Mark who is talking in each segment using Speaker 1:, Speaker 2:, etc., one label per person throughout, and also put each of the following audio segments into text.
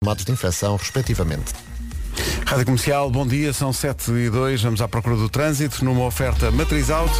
Speaker 1: tomados de infecção, respectivamente.
Speaker 2: Rádio Comercial, bom dia, são 7 e 2, vamos à procura do trânsito numa oferta matriz alto.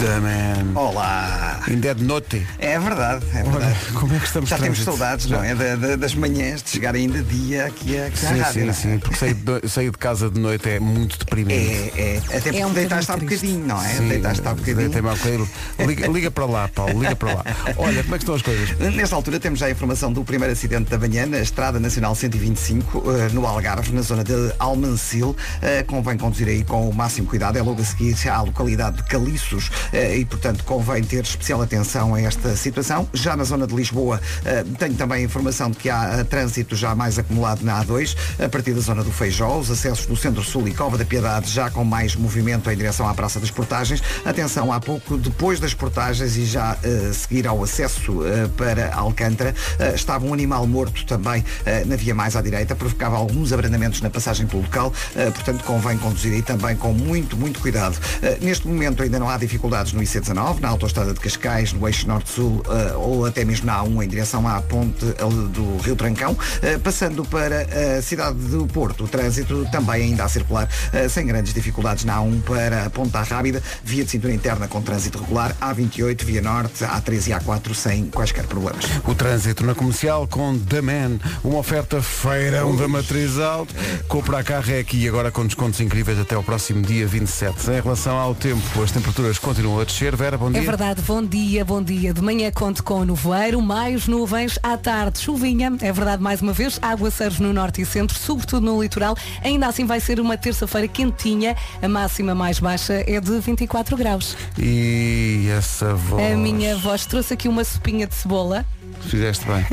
Speaker 2: Da man.
Speaker 3: Olá!
Speaker 2: Ainda é de noite.
Speaker 3: É verdade, é
Speaker 2: Olha,
Speaker 3: verdade.
Speaker 2: como é que estamos de
Speaker 3: Já temos
Speaker 2: trânsito?
Speaker 3: saudades, não é? Da- da- das manhãs, de chegar ainda dia aqui a aqui à
Speaker 2: Sim,
Speaker 3: rádio,
Speaker 2: sim,
Speaker 3: não é?
Speaker 2: sim, porque sair de, sair de casa de noite é muito deprimente.
Speaker 3: É, é. Até porque
Speaker 4: um
Speaker 3: deitaste há
Speaker 4: bocadinho triste.
Speaker 3: bocadinho, não é?
Speaker 2: Sim,
Speaker 3: deitaste há bocadinho.
Speaker 2: deitei-me há bocadinho. Liga, liga para lá, Paulo, liga para lá. Olha, como é que estão as coisas?
Speaker 3: Nesta altura temos já a informação do primeiro acidente da manhã na Estrada Nacional 125, eh, no Algarve, na zona de Almancil. Eh, convém conduzir aí com o máximo cuidado. É logo a seguir à localidade de Caliços eh, e, portanto, convém ter especial atenção a esta situação. Já na zona de Lisboa, eh, tenho também a informação de que há eh, trânsito já mais acumulado na A2, a partir da zona do Feijó, os acessos do Centro-Sul e Cova da Piedade já com mais movimento em direção à Praça das Portagens. Atenção, há pouco, depois das portagens e já eh, seguir ao acesso eh, para Alcântara, eh, estava um animal morto também eh, na via mais à direita, provocava alguns abrandamentos na passagem pelo local, eh, portanto convém conduzir aí também com muito, muito cuidado. Eh, neste momento ainda não há dificuldades no IC19, na autoestrada de Cascais, no eixo Norte-Sul eh, ou até mesmo na A1 em direção à ponte eh, do Rio Trancão, Eh, passando para a cidade do Porto. O trânsito também ainda a circular eh, sem grandes dificuldades na A1 para a Ponta Rábida, via de cintura interna com trânsito regular, A28, via Norte, A3 e A4 sem quaisquer problemas.
Speaker 2: O trânsito na comercial com The Man, uma oferta feirão da Matriz Alto. Comprar carro é aqui e agora com descontos incríveis até ao próximo dia 27. Em relação ao tempo, as temperaturas continuam a descer. Vera, bom dia.
Speaker 4: É verdade, bom dia, bom dia. De manhã conto com o nevoeiro, mais nuvens, à tarde chuvinha, é verdade mais uma vez, aguaceiros no norte e centro, sobretudo no litoral. Ainda assim vai ser uma terça-feira quentinha, a máxima mais baixa é de 24 graus.
Speaker 2: E essa voz.
Speaker 4: A minha voz trouxe aqui uma sopinha de cebola
Speaker 2: Fizeste bem.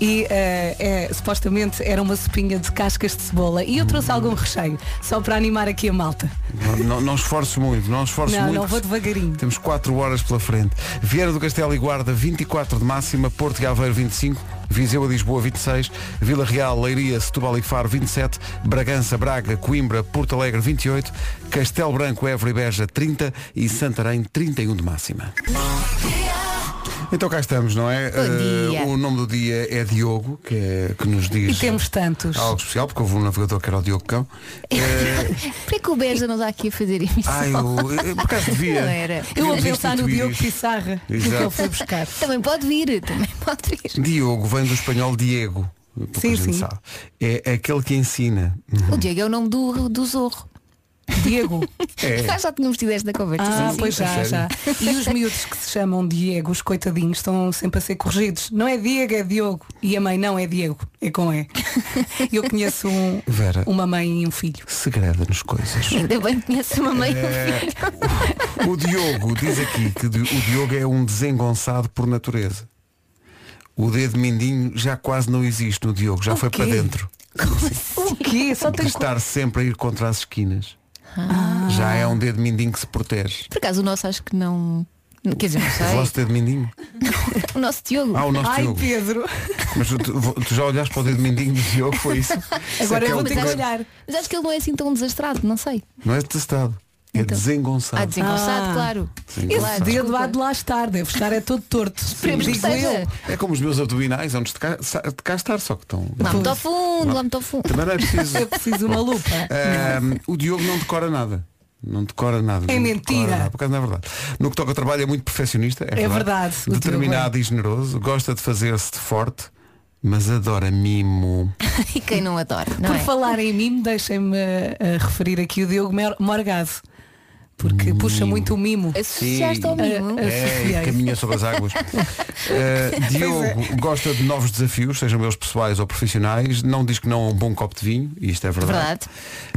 Speaker 4: e eh, eh, supostamente era uma sopinha de cascas de cebola e eu trouxe algum recheio, só para animar aqui a malta.
Speaker 2: não, não, não esforço muito, não esforço
Speaker 4: Não,
Speaker 2: muito.
Speaker 4: não vou devagarinho.
Speaker 2: Temos 4 horas pela frente. Vieira do Castelo e Guarda, 24 de máxima, Porto e Aveiro, 25, Viseu e Lisboa, 26, Vila Real, Leiria, Setúbal e Faro, 27, Bragança, Braga, Coimbra, Porto Alegre, 28, Castelo Branco, Évora e Beja, 30 e Santarém, 31 de máxima. Então cá estamos, não é?
Speaker 5: Bom dia.
Speaker 2: Eh, o nome do dia é Diogo, que, é- que nos diz
Speaker 4: E temos tantos.
Speaker 2: algo especial, porque houve um navegador que era o Diogo Cão. Eh,
Speaker 5: Por que que o Beja não está aqui a fazer emissão?
Speaker 2: Ai, eu, eu- por acaso devia.
Speaker 5: Não era.
Speaker 4: Eu a
Speaker 2: devia
Speaker 4: pensar no
Speaker 2: instituir
Speaker 4: Diogo
Speaker 2: isto.
Speaker 4: Pissarra, que
Speaker 2: Exato.
Speaker 4: eu fui buscar.
Speaker 5: Também pode vir, também pode vir.
Speaker 2: Diogo vem do espanhol Diego. pouca
Speaker 4: Sim,
Speaker 2: gente
Speaker 4: sim.
Speaker 2: sabe. É aquele que ensina.
Speaker 5: O Diego é o nome do, do Zorro.
Speaker 4: Diego.
Speaker 2: É.
Speaker 5: Já tínhamos tido esta conversa.
Speaker 4: Ah,
Speaker 5: Sim, sim.
Speaker 4: pois já,
Speaker 2: sério?
Speaker 4: já. E os miúdos que se chamam Diego, os coitadinhos, estão sempre a ser corrigidos. Não é Diego, é Diogo. E a mãe não é Diego, é com E. Eu conheço um-
Speaker 2: Vera.
Speaker 4: uma mãe e um filho.
Speaker 2: Segreda-nos coisas.
Speaker 5: Ainda bem que conhece a mamãe.
Speaker 2: É. O Diogo diz aqui que di- o Diogo é um desengonçado por natureza. O dedo mindinho já quase não existe no Diogo, já
Speaker 4: O
Speaker 2: foi
Speaker 4: quê?
Speaker 2: para dentro.
Speaker 4: O quê? Só
Speaker 2: De
Speaker 4: tem co- Ah.
Speaker 2: estar sempre a ir contra as esquinas. tá. Já é um dedo mindinho que se protege.
Speaker 5: Ah. Por acaso o nosso acho que não. Quer dizer, não
Speaker 2: O vosso
Speaker 5: sei.
Speaker 2: dedo mindinho?
Speaker 5: O nosso Diogo.
Speaker 2: Ah, o nosso
Speaker 4: Ai
Speaker 2: Diogo.
Speaker 4: Pedro,
Speaker 2: Mas tu, tu já olhaste para o dedo mindinho do Diogo, foi isso? Isso é
Speaker 4: agora
Speaker 2: que é
Speaker 4: eu vou
Speaker 2: um
Speaker 4: ter que
Speaker 2: coisa-
Speaker 4: olhar.
Speaker 5: Mas acho que ele não é assim tão desastrado, não sei.
Speaker 2: Não é detestado. É
Speaker 5: Então.
Speaker 2: desengonçado.
Speaker 5: Ah, desengonçado,
Speaker 4: Ah.
Speaker 5: claro.
Speaker 2: Desengonçado.
Speaker 4: Esse
Speaker 5: Claro,
Speaker 4: dedo
Speaker 5: desculpa.
Speaker 4: há de lá estar, deve estar, é todo torto.
Speaker 5: Esperemos que
Speaker 4: Digo
Speaker 5: seja.
Speaker 4: eu.
Speaker 2: É como os meus abdominais, onde de cá, sa- de cá estar, só que estão.
Speaker 5: Lá muito ao fundo, lá muito ao fundo.
Speaker 2: Também não é preciso.
Speaker 4: Eu preciso de uma lupa.
Speaker 6: Eh,
Speaker 2: Ahm, o Diogo não decora nada. Não decora nada.
Speaker 4: É
Speaker 2: Não
Speaker 4: mentira.
Speaker 2: decora nada, por acaso não é verdade. No que toca ao trabalho é muito perfeccionista. É,
Speaker 4: É verdade, o Diogo
Speaker 2: Determinado e generoso. Gosta de fazer-se de forte, mas adora mimo.
Speaker 5: E quem não adora, não
Speaker 4: Por
Speaker 5: é?
Speaker 4: falar em mimo, deixem-me eh, referir aqui o Diogo Mer- Morgado. Porque puxa muito o mimo.
Speaker 5: Associaste ao mimo.
Speaker 4: Eh,
Speaker 2: É,
Speaker 4: Associei.
Speaker 2: e caminha sobre as águas. Uh, Diogo gosta de novos desafios, sejam eles pessoais ou profissionais. Não diz que não a um bom copo de vinho, e isto é verdade.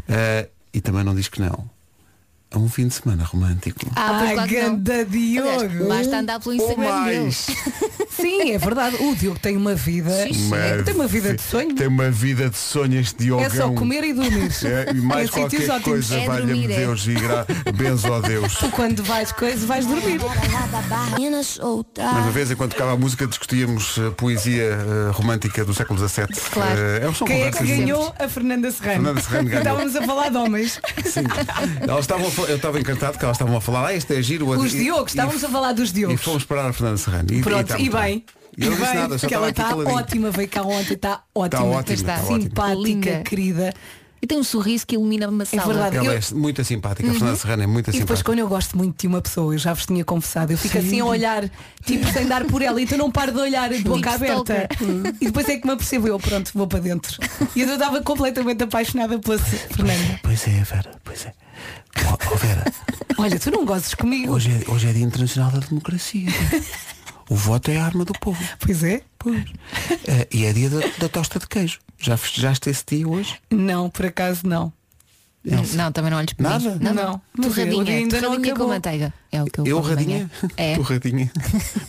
Speaker 2: Uh, e também não diz que não a um fim de semana romântico.
Speaker 5: Ah, pois
Speaker 4: Ai,
Speaker 5: claro que não.
Speaker 4: ganda
Speaker 5: Aliás,
Speaker 4: Diogo!
Speaker 5: basta andar pelo Instagram dele.
Speaker 4: Sim, é verdade. O Diogo tem uma vida.
Speaker 5: Sim,
Speaker 2: Uma-
Speaker 4: é Tem uma vida de sonho.
Speaker 2: Tem uma vida de sonho este Diogão.
Speaker 4: É só comer e dormir.
Speaker 2: É, e mais
Speaker 4: Em sítios
Speaker 2: qualquer
Speaker 4: ótimos.
Speaker 2: coisa,
Speaker 5: É
Speaker 2: valha-me
Speaker 5: dormir, é.
Speaker 2: Deus e gra... benzo a Deus.
Speaker 4: Tu quando vais coisas vais dormir. Ah.
Speaker 2: Mais uma vez, enquanto tocava a música, discutíamos a poesia eh, romântica do século XVII.
Speaker 5: Claro.
Speaker 2: Eh, é, são
Speaker 4: Quem é que
Speaker 2: conversas
Speaker 4: ganhou? A Fernanda Serrano.
Speaker 2: Fernanda Serrano ganhou.
Speaker 4: Estávamos a falar de homens.
Speaker 2: Sim. Elas estavam a fa- eu estava encantado que elas estavam a falar, ah, este é giro. o outro-"
Speaker 4: Os
Speaker 2: E-
Speaker 4: Diogos, estávamos
Speaker 2: e,
Speaker 4: a falar dos
Speaker 2: E um
Speaker 4: Diogos.
Speaker 2: fomos parar a Fernanda Serrano. E,
Speaker 4: Pronto,
Speaker 2: está
Speaker 4: e
Speaker 2: muito
Speaker 4: bem.
Speaker 2: E eu não disse
Speaker 4: Bem,
Speaker 2: nada, só
Speaker 4: que ela
Speaker 2: estava aqui
Speaker 4: está
Speaker 2: caladinho.
Speaker 4: ótima, veio cá ontem, está ótima.
Speaker 2: ótima,
Speaker 5: está ótima.
Speaker 4: simpática,
Speaker 5: Linda.
Speaker 4: querida.
Speaker 5: E tem um sorriso que ilumina uma sala.
Speaker 4: verdade.
Speaker 2: Ela
Speaker 4: Eu- Uhum.
Speaker 2: é muito simpática, a Fernanda Serrana é muito
Speaker 4: E depois
Speaker 2: simpática.
Speaker 4: quando eu gosto muito de uma pessoa, eu já vos tinha confessado, eu fico assim a olhar, tipo sem dar por ela, então não paro de olhar de boca aberta.
Speaker 5: stalker.
Speaker 4: E depois é que me apercebo eu, pronto, vou para dentro. E eu estava completamente apaixonada pela Se- Fernanda.
Speaker 2: Pois é, Vera, pois é. Ó, ó, Vera,
Speaker 4: Olha, tu não gozes comigo.
Speaker 2: hoje é, hoje é Dia Internacional da Democracia. O voto é a arma do povo.
Speaker 4: Pois é?
Speaker 2: Pois. Eh, e é dia da, da tosta de queijo. Já festejaste esse dia hoje?
Speaker 4: Não, por acaso não.
Speaker 5: Hum, Não, também não olhes para
Speaker 2: Nada?
Speaker 5: mim.
Speaker 4: Não. Mas eu
Speaker 5: Torradinha,
Speaker 4: ainda não
Speaker 5: torradinha
Speaker 4: acabou.
Speaker 5: com manteiga. É o que eu
Speaker 2: Eu
Speaker 5: como de manhã.
Speaker 2: radinha?
Speaker 5: É.
Speaker 2: Tu É. radinha.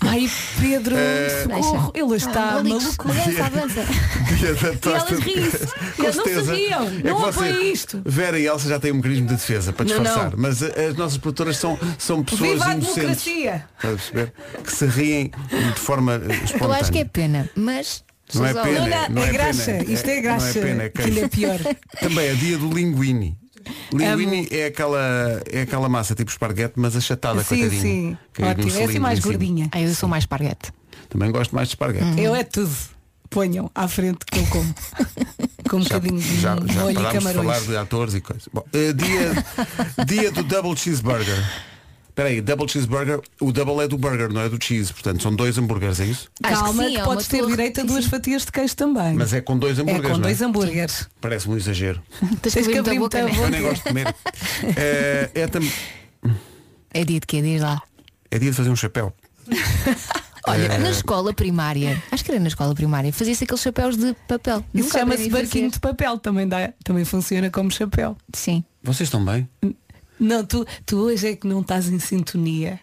Speaker 4: Ai, Pedro, socorro, ele está
Speaker 5: Malucos,
Speaker 4: maluco.
Speaker 5: Avança, avança.
Speaker 2: Dia da
Speaker 4: E
Speaker 2: tosta
Speaker 4: elas
Speaker 2: de
Speaker 4: riem-se.
Speaker 2: Com
Speaker 4: Elas não
Speaker 2: certeza.
Speaker 4: sabiam.
Speaker 2: É que
Speaker 4: não
Speaker 2: você-
Speaker 4: apoiem isto.
Speaker 2: Vera e Elsa já têm um mecanismo de defesa para
Speaker 4: Não,
Speaker 2: disfarçar.
Speaker 4: não.
Speaker 2: Mas eh, as nossas produtoras são, são pessoas
Speaker 4: Viva a
Speaker 2: inocentes.
Speaker 4: democracia!
Speaker 2: Estás a perceber? Que se riem de forma eh, espontânea.
Speaker 5: Eu acho que é pena, mas...
Speaker 2: Não é
Speaker 5: Suzana,
Speaker 2: pena.
Speaker 4: Não, não,
Speaker 2: não
Speaker 4: é,
Speaker 2: é
Speaker 4: graxa.
Speaker 2: pena,
Speaker 4: Isto
Speaker 2: é-
Speaker 4: é graxa.
Speaker 2: não é pena, é
Speaker 4: que ainda é pior.
Speaker 2: Também é dia do linguine. Linguine é aquela, é aquela massa tipo esparguete, mas achatada,
Speaker 4: sim,
Speaker 2: coitadinha.
Speaker 4: sim.
Speaker 2: Que
Speaker 4: Ótimo.
Speaker 2: um
Speaker 4: É assim
Speaker 2: cilindro em
Speaker 4: mais
Speaker 2: cima.
Speaker 4: gordinha.
Speaker 5: Ah, eu sou mais parguete.
Speaker 2: Também gosto mais de esparguete.
Speaker 4: Eu é tudo. Ponham à frente que eu como. Com um bocadinho de
Speaker 2: já, já
Speaker 4: molho
Speaker 2: parámos
Speaker 4: e
Speaker 2: de falar
Speaker 4: camarões.
Speaker 2: de atores e coisas. Bom, eh, dia, dia do double cheeseburger. Espera aí, double cheeseburger, o double é do burger, não é do cheese, portanto são dois hambúrgueres, é isso?
Speaker 5: Acho
Speaker 4: Calma,
Speaker 5: que
Speaker 4: que,
Speaker 5: sim, é uma
Speaker 4: podes ter
Speaker 5: torre.
Speaker 4: direito a
Speaker 5: Sim,
Speaker 4: duas
Speaker 5: sim.
Speaker 4: fatias de queijo também.
Speaker 2: Mas é com dois
Speaker 4: é
Speaker 2: hambúrgueres,
Speaker 4: com
Speaker 2: não é?
Speaker 4: dois hambúrgueres.
Speaker 2: Parece um exagero.
Speaker 5: Tens
Speaker 4: Tens
Speaker 5: que
Speaker 4: que
Speaker 5: abrir
Speaker 4: abrir
Speaker 5: muita
Speaker 4: muita
Speaker 5: boca,
Speaker 2: Eu
Speaker 5: não é?
Speaker 2: nem gosto de comer. Eh, é, tam-
Speaker 5: É dia de quê? Diz lá.
Speaker 2: é dia de fazer um chapéu.
Speaker 5: Olha,
Speaker 4: É.
Speaker 2: Eh,
Speaker 5: na escola primária, acho que era na escola primária, fazia-se aqueles chapéus de papel.
Speaker 4: Isso
Speaker 5: Nunca
Speaker 4: chama-se
Speaker 5: aprendi a
Speaker 4: barquinho de
Speaker 5: fazer.
Speaker 4: papel, também, dá, também funciona como chapéu.
Speaker 5: Sim.
Speaker 2: Vocês estão bem?
Speaker 4: Não, tu, tu hoje é que não estás em sintonia.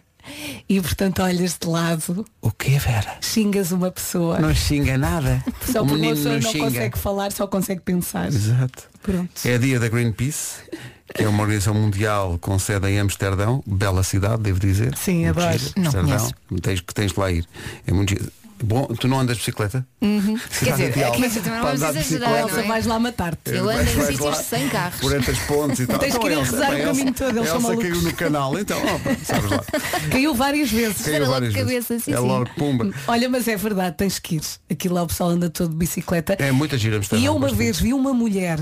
Speaker 4: E portanto olhas de lado,
Speaker 2: O que, Vera?
Speaker 4: xingas uma pessoa.
Speaker 2: Não xinga nada.
Speaker 4: Só
Speaker 2: o
Speaker 4: porque uma
Speaker 2: menino
Speaker 4: pessoa
Speaker 2: não
Speaker 4: não
Speaker 2: xinga.
Speaker 4: consegue falar, só consegue pensar.
Speaker 2: Exato.
Speaker 4: Pronto.
Speaker 2: É dia da Greenpeace, que é uma organização mundial com sede em Amsterdão, bela cidade, devo dizer.
Speaker 4: Sim,
Speaker 2: Muito
Speaker 4: adoro.
Speaker 2: giro,
Speaker 5: Não
Speaker 2: Amsterdão,
Speaker 5: conheço.
Speaker 2: tens, que tens de lá ir. É muito giro. Bom, tu não andas de bicicleta?
Speaker 5: Uhum. Quer
Speaker 2: Cidade
Speaker 5: dizer,
Speaker 2: ideal.
Speaker 5: aqui também não
Speaker 2: Para
Speaker 5: vamos
Speaker 2: andar de
Speaker 5: exagerar,
Speaker 2: bicicleta.
Speaker 5: não
Speaker 4: Elsa,
Speaker 5: é?
Speaker 4: vais lá matar-te.
Speaker 5: Eu ando
Speaker 2: Vais-
Speaker 5: em
Speaker 2: vais
Speaker 5: sítios
Speaker 2: lá
Speaker 5: sem carros.
Speaker 2: Por entre as pontes e tal.
Speaker 4: Tens que ir a
Speaker 2: Elsa,
Speaker 4: rezar o
Speaker 2: pá, Elsa-
Speaker 4: caminho todo, eles são
Speaker 2: Elsa
Speaker 4: malucos.
Speaker 2: caiu no canal, então, ó, sabes lá.
Speaker 4: Caiu várias vezes.
Speaker 5: Sim.
Speaker 2: Caiu
Speaker 5: logo
Speaker 2: várias
Speaker 5: de
Speaker 2: vezes.
Speaker 5: cabeça, sim,
Speaker 2: É
Speaker 5: sim.
Speaker 2: logo pumba.
Speaker 4: Olha, mas é verdade, tens que ir. Aquilo lá o pessoal anda todo de bicicleta.
Speaker 2: É muita gira Amsterdão.
Speaker 4: E eu uma
Speaker 2: gosto
Speaker 4: vez vi uma mulher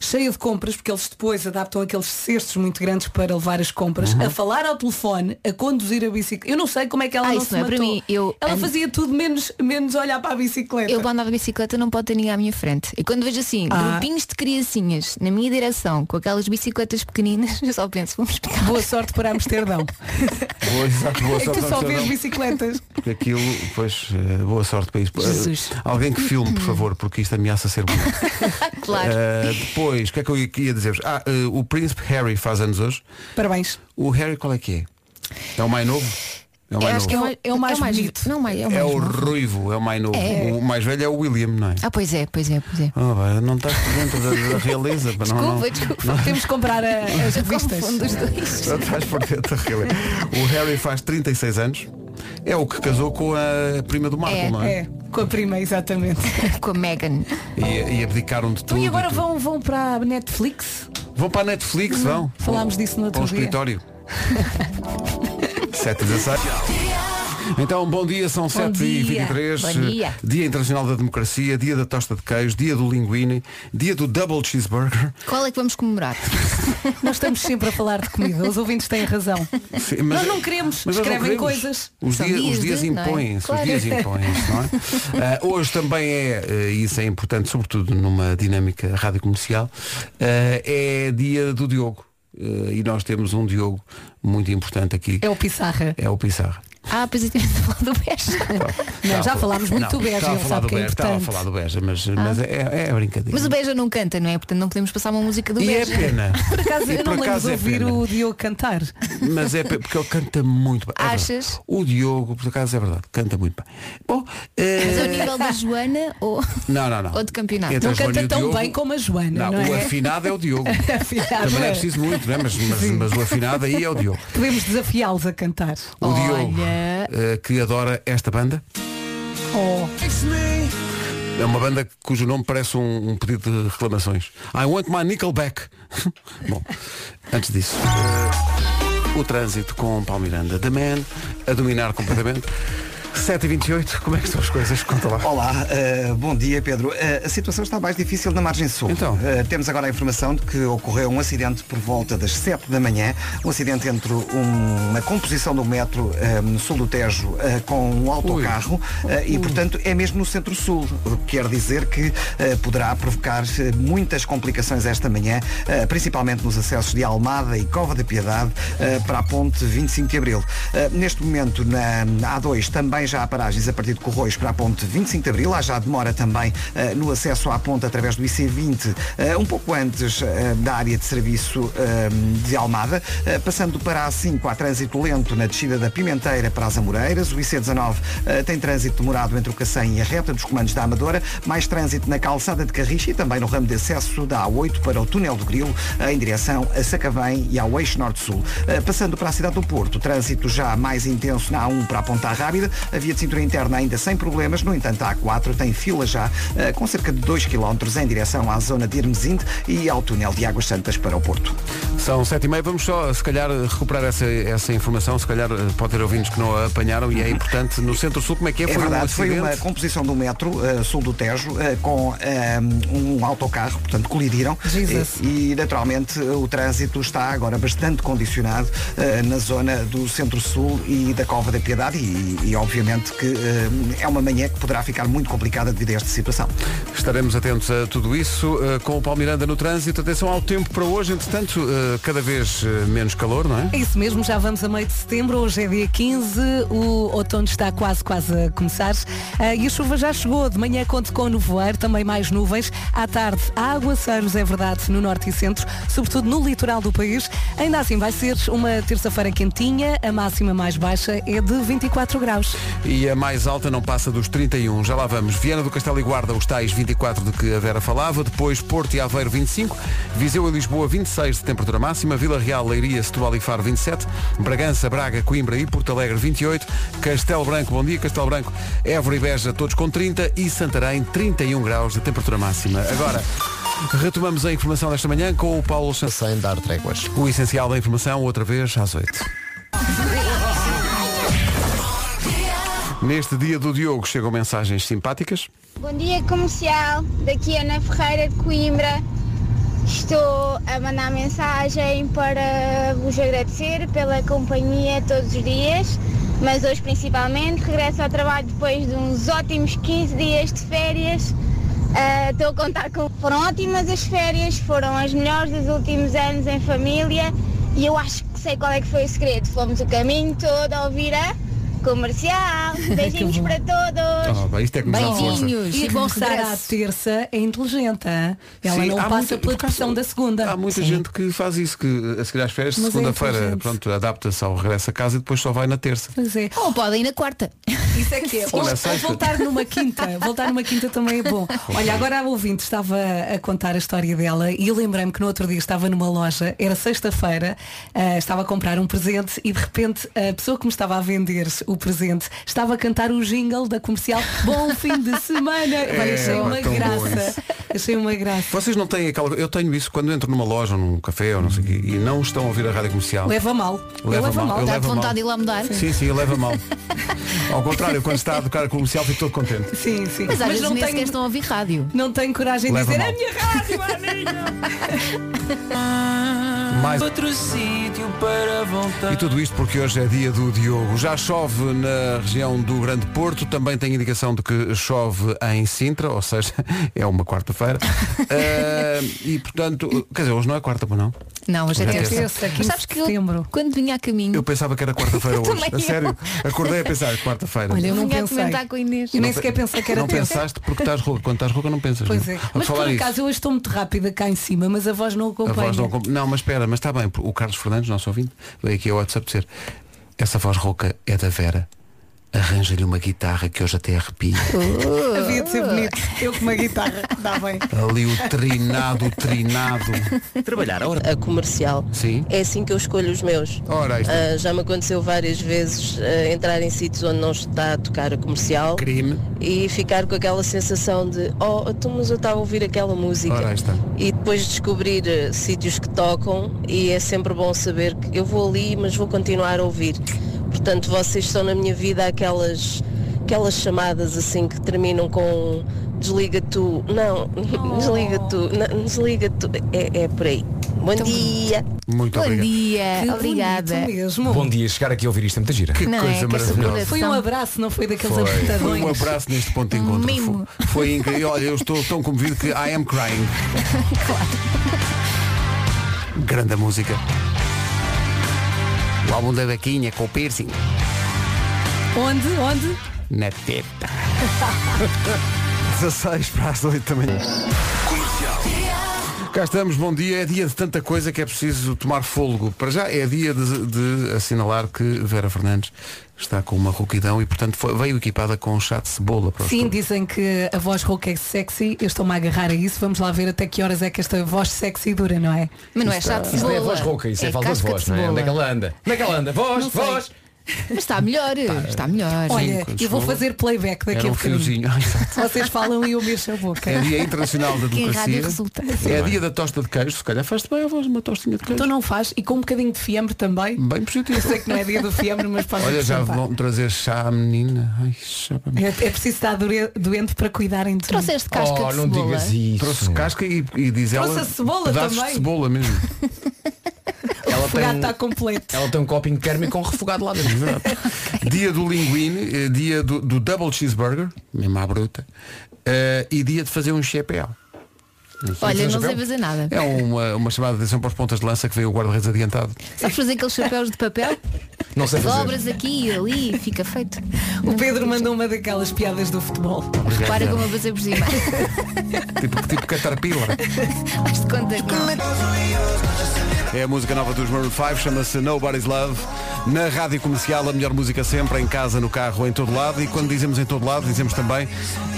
Speaker 4: cheia de compras, porque eles depois adaptam aqueles cestos muito grandes para levar as compras,
Speaker 2: Uhum.
Speaker 4: a falar ao telefone, a conduzir a bicicleta. Eu não sei como é que ela
Speaker 5: Ah,
Speaker 4: não
Speaker 5: isso
Speaker 4: se
Speaker 5: não é
Speaker 4: matou.
Speaker 5: para mim. Eu
Speaker 4: ela
Speaker 5: ando-
Speaker 4: fazia tudo menos, menos olhar para a bicicleta.
Speaker 5: Eu para andar de bicicleta não pode ter ninguém à minha frente. E quando vejo assim,
Speaker 4: Ah.
Speaker 5: grupinhos de criancinhas na minha direção, com aquelas bicicletas pequeninas, eu só penso, vamos pegar.
Speaker 4: Boa sorte para Amsterdão.
Speaker 2: muito. Boa, exato, boa
Speaker 4: é que
Speaker 2: sorte,
Speaker 4: tu só vês
Speaker 2: Amsterdão.
Speaker 4: bicicletas.
Speaker 2: Porque aquilo, pois, eh, boa sorte para isso. Eh,
Speaker 5: Jesus.
Speaker 2: Alguém que filme, por favor, porque isto ameaça ser bonito.
Speaker 5: Claro.
Speaker 2: Eh, depois, o que é que eu ia- ia dizer-vos? Ah, eh, o príncipe Harry faz anos hoje.
Speaker 4: Parabéns.
Speaker 2: O Harry qual é que é? É o mais novo? É o
Speaker 5: Eu
Speaker 2: mais
Speaker 5: acho que
Speaker 2: novo.
Speaker 4: novo. É o mais bonito.
Speaker 5: Não, mais- é o mais
Speaker 2: É o
Speaker 5: novo.
Speaker 2: ruivo, é o mais novo. O mais velho é o William, não é?
Speaker 5: Ah, pois é, pois é, pois é.
Speaker 2: Ah, pá, não estás por dentro da, da realeza. pá, não, não,
Speaker 5: Desculpa, desculpa.
Speaker 4: Temos que comprar a- as revistas.
Speaker 5: Confundo os dois.
Speaker 2: não estás por dentro da realeza. O Harry faz 36 anos. É o que casou com a prima do Marco,
Speaker 5: É,
Speaker 2: não é?
Speaker 4: É, com a prima, exatamente.
Speaker 5: Com a Megan.
Speaker 2: E, e abdicaram de tudo.
Speaker 4: Então e
Speaker 2: e
Speaker 4: agora
Speaker 2: tudo.
Speaker 4: vão, vão para a Netflix?
Speaker 2: Vão para a Netflix, vão.
Speaker 4: Falámos disso no outro
Speaker 2: Para o
Speaker 4: dia.
Speaker 2: escritório. 7 16 Então, bom dia, são 7h23,
Speaker 5: Bom dia.
Speaker 2: dia Internacional da Democracia, dia da tosta de queijo, dia do linguine, dia do double cheeseburger.
Speaker 5: Qual é que vamos comemorar?
Speaker 4: Nós estamos sempre a falar de comida. Os ouvintes têm razão.
Speaker 2: Sim,
Speaker 4: Nós não queremos,
Speaker 2: nós não
Speaker 4: escrevem
Speaker 2: queremos.
Speaker 4: coisas.
Speaker 2: Os,
Speaker 5: São
Speaker 2: dia- os
Speaker 5: dias
Speaker 2: dias
Speaker 5: de, não é?
Speaker 2: impõem-se,
Speaker 5: Claro.
Speaker 2: os dias impõem-se, não é? Ah, hoje também é, eh, isso é importante, sobretudo numa dinâmica rádio comercial, ah, é dia do Diogo. Ah, e nós temos um Diogo muito importante aqui,
Speaker 4: É o Pissarra.
Speaker 2: é o Pissarra.
Speaker 5: Ah, pois eu tinha de falar do Beja.
Speaker 4: Não, já
Speaker 2: a-
Speaker 4: falámos muito
Speaker 2: Tá. não,
Speaker 4: do Beja,
Speaker 2: estava a
Speaker 4: ele
Speaker 2: falar
Speaker 4: sabe
Speaker 2: do
Speaker 4: que é
Speaker 2: Beja, estava a
Speaker 4: importante. Ah.
Speaker 2: falar do Beja, mas, mas é, é brincadeira.
Speaker 5: Mas o Beja não canta, não é? Portanto não podemos passar uma música do
Speaker 2: e é
Speaker 5: Beja.
Speaker 2: pena.
Speaker 4: Por acaso,
Speaker 2: E
Speaker 4: eu
Speaker 2: por
Speaker 4: não lembro
Speaker 2: acaso
Speaker 4: de
Speaker 2: é
Speaker 4: ouvir
Speaker 2: pena.
Speaker 4: o Diogo cantar.
Speaker 2: Mas é pe- porque ele canta muito bem. É
Speaker 4: Ah.
Speaker 2: verdade.
Speaker 5: Achas?
Speaker 2: o Diogo, por acaso é verdade, canta muito bem. Bom, eh,
Speaker 5: Mas ao nível da Joana ou.
Speaker 2: não, não, não.
Speaker 5: Ou de campeonato.
Speaker 2: Entre
Speaker 4: Não
Speaker 2: a Joana e
Speaker 4: canta
Speaker 2: o
Speaker 4: tão
Speaker 2: Diogo-
Speaker 4: bem como a Joana,
Speaker 2: Não,
Speaker 4: não,
Speaker 2: o
Speaker 4: é?
Speaker 2: afinado é o Diogo.
Speaker 4: Afinado,
Speaker 2: Também não é
Speaker 4: é.
Speaker 2: preciso muito, não é? mas, mas, mas o afinado aí é o Diogo.
Speaker 4: Podemos desafiá-los a cantar.
Speaker 2: O
Speaker 5: Olha.
Speaker 2: Diogo,
Speaker 4: Ah.
Speaker 2: eh, que adora esta banda.
Speaker 4: Oh,
Speaker 2: É uma banda cujo nome parece um, um pedido de reclamações. I want my Nickelback. Bom, antes disso, eh, o trânsito com Paulo Miranda, The Man, a dominar completamente. 7h28, como é que estão as coisas? Conta lá.
Speaker 3: Olá, eh, bom dia Pedro. Eh, a situação está mais difícil na margem sul.
Speaker 2: Então?
Speaker 3: Eh, temos agora a informação de que ocorreu um acidente por volta das 7 da manhã, um acidente entre um- uma composição do metro eh, no sul do Tejo eh, com um autocarro eh, e portanto é mesmo no centro-sul, o que quer dizer que eh, poderá provocar eh, muitas complicações esta manhã, eh, principalmente nos acessos de Almada e Cova da Piedade eh, para a ponte 25 de Abril. Eh, neste momento na, na A2 também já há paragens a partir de Corroios para a ponte 25 de Abril. Há já demora também eh, no acesso à ponte através do IC20, eh, um pouco antes eh, da área de serviço eh, de Almada. Eh, passando para a A5, há trânsito lento na descida da Pimenteira para as Amoreiras. O IC19 eh, tem trânsito demorado entre o Cacém e a reta dos comandos da Amadora. Mais trânsito na calçada de Carriche e também no ramo de acesso da A8 para o túnel do Grilo, eh, em direção a Sacavém e ao eixo Norte-Sul. Eh, passando para a cidade do Porto, trânsito já mais intenso na A1 para a Ponta Rábida. A via de cintura interna ainda sem problemas, no entanto a A4 tem fila já eh, com cerca de 2 km em direção à zona de Hermesinde e ao túnel de Águas Santas para o Porto.
Speaker 2: São 7h30, vamos só, se calhar, recuperar essa, essa informação. Se calhar eh, pode ter ouvintes que não a apanharam e é importante. No centro-sul, como é que é?
Speaker 3: É
Speaker 2: um
Speaker 3: verdade, foi uma
Speaker 2: acidente?
Speaker 3: composição do metro eh, sul do Tejo eh, com eh, um autocarro, portanto colidiram
Speaker 4: Jesus.
Speaker 3: E, e, naturalmente eh, o trânsito está agora bastante condicionado eh, na zona do centro-sul e da Cova da Piedade e, e, obviamente que eh, é uma manhã que poderá ficar muito complicada devido a esta situação.
Speaker 2: Estaremos atentos a tudo isso eh, com o Paulo Miranda no trânsito. Atenção ao tempo para hoje, entretanto, eh, cada vez eh, menos calor, não é?
Speaker 4: É isso mesmo, já vamos a meio de setembro, hoje é dia 15, o outono está quase, quase a começar ah, e a chuva já chegou, de manhã conto com nevoeiro, também mais nuvens, à tarde há aguaceiros, é verdade, no norte e centro, sobretudo no litoral do país. Ainda assim vai ser uma terça-feira quentinha, a máxima mais baixa é de 24 graus.
Speaker 2: E a mais alta não passa dos 31. Já lá vamos. Viana do Castelo e Guarda, os tais 24 de que a Vera falava. Depois Porto e Aveiro 25. Viseu e Lisboa 26 de temperatura máxima. Vila Real, Leiria, Setúbal e Faro 27. Bragança, Braga, Coimbra e Porto Alegre 28. Castelo Branco, bom dia Castelo Branco. Évora e Beja todos com 30. E Santarém 31 graus de temperatura máxima. Agora, retomamos a informação desta manhã com o Paulo Santos.
Speaker 1: sem dar tréguas.
Speaker 2: O essencial da informação, outra vez, às 8. Neste dia do Diogo chegam mensagens simpáticas.
Speaker 7: Bom dia comercial, daqui é Ana Ferreira de Coimbra. Estou a mandar mensagem para vos agradecer pela companhia todos os dias, mas hoje principalmente regresso ao trabalho depois de uns ótimos 15 dias de férias. Ah, Estou a contar que foram ótimas as férias, foram as melhores dos últimos anos em família e eu acho que sei qual é que foi o segredo. Fomos o caminho todo a ouvir a comercial. Beijinhos
Speaker 4: bom.
Speaker 7: para todos.
Speaker 2: Oh, pá, isto é que nos dá força.
Speaker 5: Beijinhos.
Speaker 4: E começar à
Speaker 5: regresso.
Speaker 4: terça é inteligente, hã? ela
Speaker 2: Sim,
Speaker 4: não
Speaker 2: há
Speaker 4: passa
Speaker 2: muita-
Speaker 4: pela
Speaker 2: por acaso,
Speaker 4: depressão da segunda.
Speaker 2: Há muita
Speaker 4: Sim.
Speaker 2: gente que faz isso, que a seguir às férias, de
Speaker 4: Mas é
Speaker 2: segunda-feira,
Speaker 4: inteligente.
Speaker 2: pronto, adapta-se ao regresso a casa e depois só vai na terça.
Speaker 4: Pois é.
Speaker 5: Ou podem ir na quarta.
Speaker 4: Isso é que é.
Speaker 2: Ou
Speaker 4: Ou,
Speaker 2: na
Speaker 4: ou
Speaker 2: sexta.
Speaker 4: voltar numa quinta. Voltar numa quinta também é bom. Olha, agora a ouvinte estava a contar a história dela e eu lembrei-me que no outro dia estava numa loja, era sexta-feira, ah, estava a comprar um presente e de repente a pessoa que me estava a vender o presente estava a cantar o jingle da comercial Bom fim de semana. Olha, achei
Speaker 2: pá,
Speaker 4: uma
Speaker 2: É, tão bom
Speaker 4: graça. Achei uma graça.
Speaker 2: Vocês não têm aquela. Eu tenho isso quando entro numa loja, num café ou não sei o quê, e não estão a ouvir a rádio comercial.
Speaker 4: Leva mal. Eu
Speaker 2: Leva
Speaker 4: levo
Speaker 2: mal. Eu
Speaker 5: Dá
Speaker 2: levo
Speaker 5: de
Speaker 2: a
Speaker 5: vontade
Speaker 2: mal.
Speaker 5: de ir lá mudar.
Speaker 2: Sim, sim, leva mal. Ao contrário, quando está a tocar a comercial, fico todo contente.
Speaker 4: Sim, sim.
Speaker 5: Mas às
Speaker 4: Mas
Speaker 5: vezes
Speaker 4: não
Speaker 5: nem sequer
Speaker 4: tenho,
Speaker 5: estão a ouvir rádio.
Speaker 4: não tenho coragem de
Speaker 2: Leva
Speaker 4: dizer
Speaker 2: mal.
Speaker 4: a minha rádio, a minha.
Speaker 2: Mais
Speaker 8: Outro sítio para voltar.
Speaker 2: E tudo isto porque hoje é dia do Diogo. Já chove na região do Grande Porto, também tem indicação de que chove em Sintra, ou seja, é uma quarta-feira. Eh, e portanto, quer dizer, hoje não é quarta, pois não?
Speaker 5: Não, hoje é
Speaker 2: Hoje é
Speaker 5: terça.
Speaker 4: terça, 15
Speaker 5: Mas sabes que
Speaker 4: de
Speaker 5: eu,
Speaker 4: setembro.
Speaker 5: quando vinha a caminho,
Speaker 2: Eu pensava que era quarta-feira hoje.
Speaker 5: Também
Speaker 2: A
Speaker 5: eu.
Speaker 2: sério, acordei a pensar quarta-feira.
Speaker 4: Olha, eu não
Speaker 5: vinha a
Speaker 4: pensei.
Speaker 5: comentar com a Inês.
Speaker 4: Eu nem sequer pensei que era
Speaker 2: não
Speaker 4: terça.
Speaker 2: pensaste porque estás rouca. Quando estás rouca não pensas.
Speaker 4: Pois
Speaker 2: não.
Speaker 4: é.
Speaker 2: Vamos
Speaker 4: Mas por
Speaker 2: falar nisso.
Speaker 4: acaso eu hoje estou muito rápida cá em cima, mas a voz não
Speaker 2: A
Speaker 4: acompanha.
Speaker 2: voz não, acompa- não, mas espera, mas está bem. O Carlos Fernandes, nosso ouvinte, veio aqui ao WhatsApp dizer essa voz rouca é da Vera. Arranja-lhe uma guitarra que hoje até arrepia.
Speaker 4: Uh. Havia de ser bonito. Eu com uma guitarra. Dá bem.
Speaker 2: Ali o trinado, o trinado.
Speaker 8: Trabalhar a hora.
Speaker 9: a comercial.
Speaker 2: Sim.
Speaker 9: É assim que eu escolho os meus.
Speaker 2: Ora, aí está.
Speaker 9: Ah, já me aconteceu várias vezes ah, entrar em sítios onde não está a tocar a comercial
Speaker 2: Crime.
Speaker 9: e ficar com aquela sensação de oh, então, mas eu estava a ouvir aquela música.
Speaker 2: Ora, aí está.
Speaker 9: E depois descobrir ah, sítios que tocam e é sempre bom saber que eu vou ali, mas vou continuar a ouvir. Portanto, vocês são na minha vida aquelas aquelas chamadas assim que terminam com desliga tu, não, desliga tu,
Speaker 5: Oh.
Speaker 9: não, desliga tu, é, é por aí. Bom dia!
Speaker 2: Muito
Speaker 5: Então, Bom
Speaker 2: obrigado.
Speaker 5: dia,
Speaker 4: Que
Speaker 5: obrigada.
Speaker 4: bonito mesmo.
Speaker 6: Bom dia, chegar aqui a ouvir isto é muita gira.
Speaker 2: Que
Speaker 5: Não
Speaker 2: coisa
Speaker 5: é? Que essa
Speaker 2: maravilhosa.
Speaker 4: Foi um abraço, não foi daqueles
Speaker 6: Foi.
Speaker 2: Foi
Speaker 4: apertadões.
Speaker 2: um abraço neste ponto de
Speaker 5: Um
Speaker 2: encontro.
Speaker 5: mimo.
Speaker 2: Foi, foi incrível. Olha, eu estou tão comovido que I am crying. Grande música. O álbum da Bequinha com o piercing
Speaker 4: Onde? Onde?
Speaker 2: na teta. 16 para as 8 da manhã. Cá estamos, bom dia. É dia de tanta coisa que é preciso tomar fôlego. Para já é dia de, de assinalar que Vera Fernandes está com uma rouquidão e, portanto, foi- veio equipada com um chá de cebola. Para o
Speaker 4: Sim,
Speaker 2: estúdio.
Speaker 4: dizem que a voz rouca é sexy. Eu estou-me a agarrar a isso. Vamos lá ver até que horas é que esta voz sexy dura, não é?
Speaker 5: Mas não é chá de
Speaker 6: Isso não
Speaker 5: cebola.
Speaker 6: é voz rouca, isso é, falta de
Speaker 5: casca
Speaker 6: voz, não é?
Speaker 5: cebola.
Speaker 6: Onde é que ela anda? Onde é que ela anda? Voz,
Speaker 4: Não sei.
Speaker 6: voz!
Speaker 2: é-
Speaker 5: Mas está melhor, está melhor.
Speaker 4: Olha,
Speaker 2: quando
Speaker 4: eu vou
Speaker 2: chegou,
Speaker 4: fazer playback daqui
Speaker 2: Era
Speaker 4: a
Speaker 2: um
Speaker 4: bocadinho.
Speaker 2: fiozinho. Exato.
Speaker 4: Vocês falam e eu mexo a boca.
Speaker 2: É dia internacional da
Speaker 5: Que em
Speaker 2: democracia.
Speaker 5: rádio resulta.
Speaker 2: É dia da tosta de queijo. Se calhar faz-te bem a voz, uma tostinha de queijo.
Speaker 4: Então não faz e com um bocadinho de fiambre também.
Speaker 2: Bem
Speaker 4: Eu
Speaker 2: positivo.
Speaker 4: sei que não é dia do fiambre, mas pode
Speaker 2: Olha, já
Speaker 4: acrescentar.
Speaker 2: vão trazer chá à menina. Ai, chá para mim.
Speaker 4: É, é preciso estar dure- doente para cuidarem de mim.
Speaker 5: Trouxeste casca
Speaker 6: oh,
Speaker 5: de
Speaker 6: não
Speaker 5: cebola.
Speaker 6: digas isso.
Speaker 2: Trouxe casca e, e diz
Speaker 4: Trouxe
Speaker 2: ela.
Speaker 4: a cebola
Speaker 2: pedaços
Speaker 4: também.
Speaker 2: de cebola mesmo.
Speaker 6: Ela
Speaker 4: O gato está
Speaker 6: tem,
Speaker 4: completo.
Speaker 6: ela tem um copinho térmico com refogado lá dentro.
Speaker 2: dia do linguine, eh, dia do, do double cheeseburger, mesmo à bruta, eh, e dia de fazer um chapéu.
Speaker 5: Olha, não
Speaker 6: Chapéu?
Speaker 5: sei fazer nada.
Speaker 2: um É uma, uma chamada de atenção para os pontas de lança que veio o guarda-redes adiantado.
Speaker 5: Sabes fazer aqueles chapéus de papel?
Speaker 6: Não sei fazer.
Speaker 5: Dobras aqui e ali e fica feito.
Speaker 4: O Pedro mandou uma daquelas piadas do futebol.
Speaker 5: Repara
Speaker 2: Obrigado.
Speaker 5: como eu passei por cima.
Speaker 2: Tipo, tipo caterpillar.
Speaker 5: Faz-te conta que
Speaker 2: É a música nova dos Maroon 5, chama-se Nobody's Love. Na rádio comercial, a melhor música sempre, em casa, no carro, em todo lado. E quando dizemos em todo lado, dizemos também,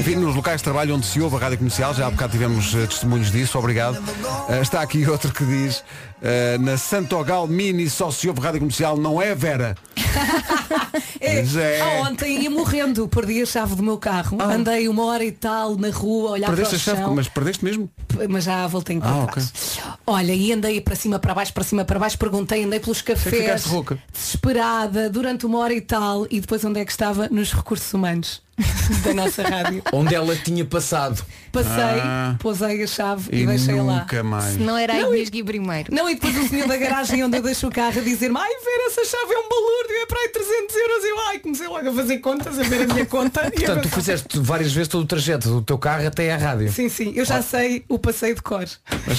Speaker 2: enfim, nos locais de trabalho onde se ouve a rádio comercial. Já há bocado tivemos eh, testemunhos disso, obrigado. Eh, está aqui outro que diz, eh, na Santogal Mini só se ouve rádio comercial, não é Vera?
Speaker 4: É,
Speaker 2: Pois é. Ah.
Speaker 4: ah, ontem ia morrendo, perdi a chave do meu carro. Andei uma hora e tal na rua, a olhar
Speaker 2: Perdeste
Speaker 4: para
Speaker 2: a
Speaker 4: o
Speaker 2: chave,
Speaker 4: chão,
Speaker 2: mas perdeste mesmo?
Speaker 4: mas... já a voltei a
Speaker 2: Ah, ok.
Speaker 4: encontrar. Olha, e andei para cima, para baixo, para cima, para baixo, perguntei, andei pelos
Speaker 2: é que
Speaker 4: cafés,
Speaker 2: ficaste rouca?
Speaker 4: desesperada, durante uma hora e tal, e depois onde é que estava? Nos recursos humanos da nossa rádio.
Speaker 5: assim-
Speaker 6: Onde ela tinha passado.
Speaker 4: Passei,
Speaker 2: Ah.
Speaker 4: posei a chave e,
Speaker 2: E
Speaker 4: deixei lá.
Speaker 2: nunca mais.
Speaker 5: não é- era aí mesmo que primeiro.
Speaker 4: Não, e depois o senhor da garagem onde eu deixo o carro a dizer-me, ai ver, essa chave é um balúrdio, é para aí 300 euros. Eu, ai, comecei logo a fazer contas, a ver a minha conta. e a
Speaker 6: Portanto, tu
Speaker 4: pensar,
Speaker 6: fizeste várias vezes todo o trajeto do teu carro até à rádio.
Speaker 4: Sim, sim, eu já sei o passeio de cor.
Speaker 2: As,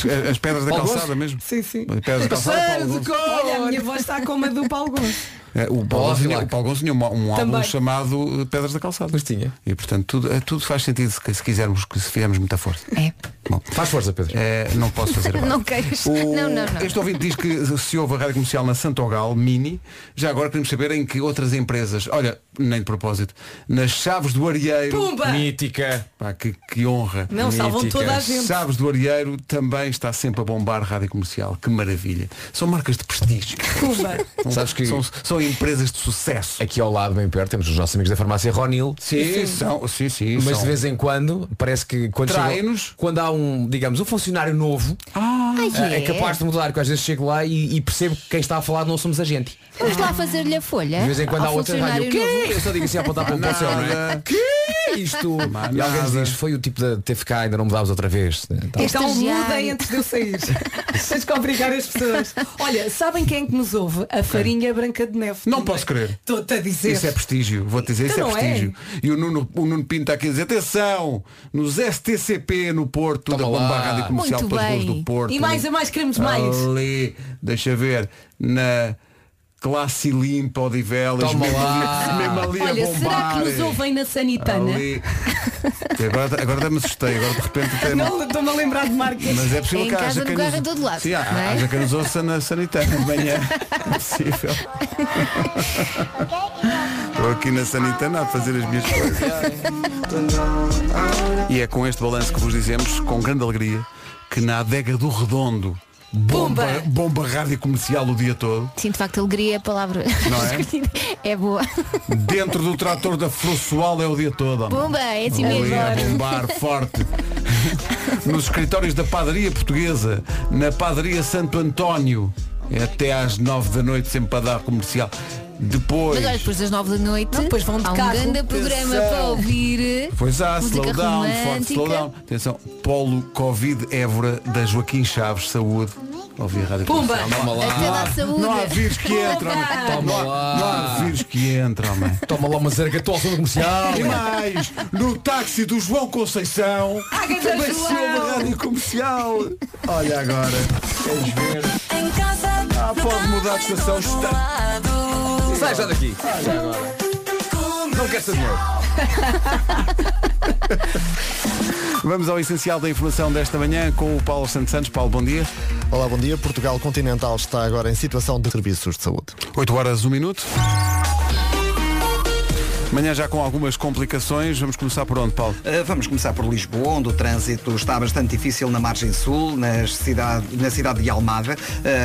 Speaker 2: eh, as pedras da
Speaker 6: Paulo
Speaker 2: calçada
Speaker 6: Gonçalo?
Speaker 2: mesmo?
Speaker 4: Sim, sim.
Speaker 2: As pedras da calçada, Paulo
Speaker 6: Passeio de
Speaker 2: Gonçalo.
Speaker 6: cor!
Speaker 4: Olha, a minha voz está como a do Paulo Gonçalo.
Speaker 2: É, o Paulo
Speaker 6: Olá,
Speaker 2: Gonçalo tinha,
Speaker 6: Vilac.
Speaker 2: o Paulo Gonçalo tinha uma- um álbum
Speaker 4: Também.
Speaker 2: chamado eh, Pedras da Calçada.
Speaker 6: Pois tinha.
Speaker 2: E portanto tudo, eh, tudo faz sentido se, se quisermos, que se fizermos muita força.
Speaker 5: É.
Speaker 2: Bom,
Speaker 6: Faz força, Pedro.
Speaker 2: eh, não posso fazer agora.
Speaker 5: Não queres.
Speaker 2: O-
Speaker 5: Não, não, não.
Speaker 2: Este ouvinte diz que se houve a rádio comercial na Santogal, mini, já agora queremos saber em que outras empresas, olha, nem de propósito, nas Chaves do Arieiro,
Speaker 4: Pumba!
Speaker 6: Mítica.
Speaker 2: Pá, que, que honra.
Speaker 4: Não,
Speaker 6: Míticas.
Speaker 4: salvam toda a gente.
Speaker 2: Chaves do Arieiro também está sempre a bombar rádio comercial, que maravilha. São marcas de prestígio.
Speaker 4: Pumba!
Speaker 2: São-
Speaker 6: Sabes que-
Speaker 2: são, são empresas de sucesso.
Speaker 6: Aqui ao lado, bem perto, temos os nossos amigos da farmácia Ronil.
Speaker 2: Sim, são, sim, sim.
Speaker 6: Mas
Speaker 2: são.
Speaker 6: de vez em quando, parece que quando,
Speaker 2: Traem-nos.
Speaker 6: chega- quando há um, digamos, um funcionário novo,
Speaker 2: Ah.
Speaker 5: Ai,
Speaker 6: é,
Speaker 5: é.
Speaker 6: capaz de mudar, que às vezes chego lá e, e percebo que quem está a falar não somos a gente.
Speaker 2: é
Speaker 5: Vamos lá fazer-lhe a folha.
Speaker 6: De vez em quando
Speaker 5: ao
Speaker 6: há outra rádio.
Speaker 5: É? funcionário
Speaker 6: O
Speaker 5: novo.
Speaker 6: quê? Eu só digo assim a apontar para o bolso, não é?
Speaker 2: Nada.
Speaker 6: Que isto?
Speaker 2: Mas
Speaker 6: E alguém
Speaker 2: nada.
Speaker 6: diz, foi o tipo de TFK, ainda não mudámos outra vez. Tá.
Speaker 4: Então
Speaker 5: Estagiário.
Speaker 4: mudem antes de eu sair. Tens que obrigar as pessoas. Olha, sabem quem é que nos ouve? A farinha branca de neve.
Speaker 2: Não
Speaker 4: Também.
Speaker 2: posso crer.
Speaker 4: Estou-te a dizer.
Speaker 2: Isso é prestígio, vou te dizer, isso
Speaker 4: Então
Speaker 2: é
Speaker 4: não é.
Speaker 2: prestígio. E o Nuno, o Nuno Pinto está aqui a dizer, atenção, nos STCP no Porto, da
Speaker 6: Toma
Speaker 2: bomba
Speaker 6: lá.
Speaker 2: à rádio comercial
Speaker 5: Muito
Speaker 2: pelas ruas
Speaker 5: bem.
Speaker 2: do Porto. Ah,
Speaker 4: E mais a mais, queremos mais.
Speaker 2: Ali, deixa ver, na classe limpa ou de velas,
Speaker 6: Toma
Speaker 2: mesmo,
Speaker 6: lá.
Speaker 2: mesmo ali a
Speaker 4: Olha,
Speaker 2: bombar.
Speaker 4: será que nos ouvem na Sanitana?
Speaker 2: Ali. Agora, agora até me assustei, agora de repente até me-
Speaker 4: Não, estou-me a lembrar de marcas.
Speaker 2: Mas é possível
Speaker 5: Em
Speaker 2: que
Speaker 5: casa,
Speaker 2: haja
Speaker 5: no
Speaker 2: quem
Speaker 5: carro,
Speaker 2: nos-
Speaker 5: em todo lado,
Speaker 2: Sim, há-
Speaker 5: não é?
Speaker 2: haja quem nos ouça na sanitária de manhã. É possível. Estou aqui na sanitana a fazer as minhas coisas. E é com este balanço que vos dizemos, com grande alegria, que na adega do Redondo bomba,
Speaker 4: Bomba!
Speaker 2: bomba rádio comercial o dia todo.
Speaker 5: Sim, de facto, alegria é a palavra
Speaker 2: Não é?
Speaker 5: escolhida. É boa.
Speaker 2: Dentro do trator da Frossoal é o dia todo. homem.
Speaker 5: Bomba, é assim
Speaker 2: Ali
Speaker 5: mesmo.
Speaker 2: a bombar forte. Nos escritórios da padaria portuguesa, na padaria Santo António, é até às nove da noite sempre para dar comercial. Depois.
Speaker 5: Mas olha, depois das nove da noite,
Speaker 4: Não, depois vão de
Speaker 5: há um
Speaker 4: carro.
Speaker 5: grande programa
Speaker 2: Atenção.
Speaker 5: para ouvir.
Speaker 2: Pois há,
Speaker 5: Música
Speaker 2: slow down, forte
Speaker 5: romântica.
Speaker 2: slow down. Atenção, Polo Covid Évora da Joaquim Chaves Saúde. Ouvi a rádio
Speaker 4: Pumba!
Speaker 2: comercial.
Speaker 6: Toma
Speaker 5: Até
Speaker 6: lá,
Speaker 5: dá é saúde.
Speaker 2: Não há vírus que entra, homem.
Speaker 10: é?
Speaker 6: Toma
Speaker 2: Não há-
Speaker 6: lá.
Speaker 2: Não há vírus que entra, homem.
Speaker 6: toma lá uma zargatosa no comercial.
Speaker 2: E mais, no táxi do João Conceição
Speaker 4: Ah, que
Speaker 2: também se
Speaker 4: João!
Speaker 2: ouve a rádio comercial. Olha agora, queres ver? Ah, pode mudar de estação. Está...
Speaker 6: Sai já daqui. Não quer saber.
Speaker 2: Vamos ao essencial da informação desta manhã com o Paulo Santos Santos. Paulo, bom dia.
Speaker 1: Olá, bom dia. Portugal Continental está agora em situação de serviços de saúde.
Speaker 2: 8 horas, 1 minuto. Manhã já com algumas complicações. Vamos começar por onde, Paulo?
Speaker 3: Uh, Vamos começar por Lisboa, onde o trânsito está bastante difícil na margem sul, nas cidade- na cidade de Almada.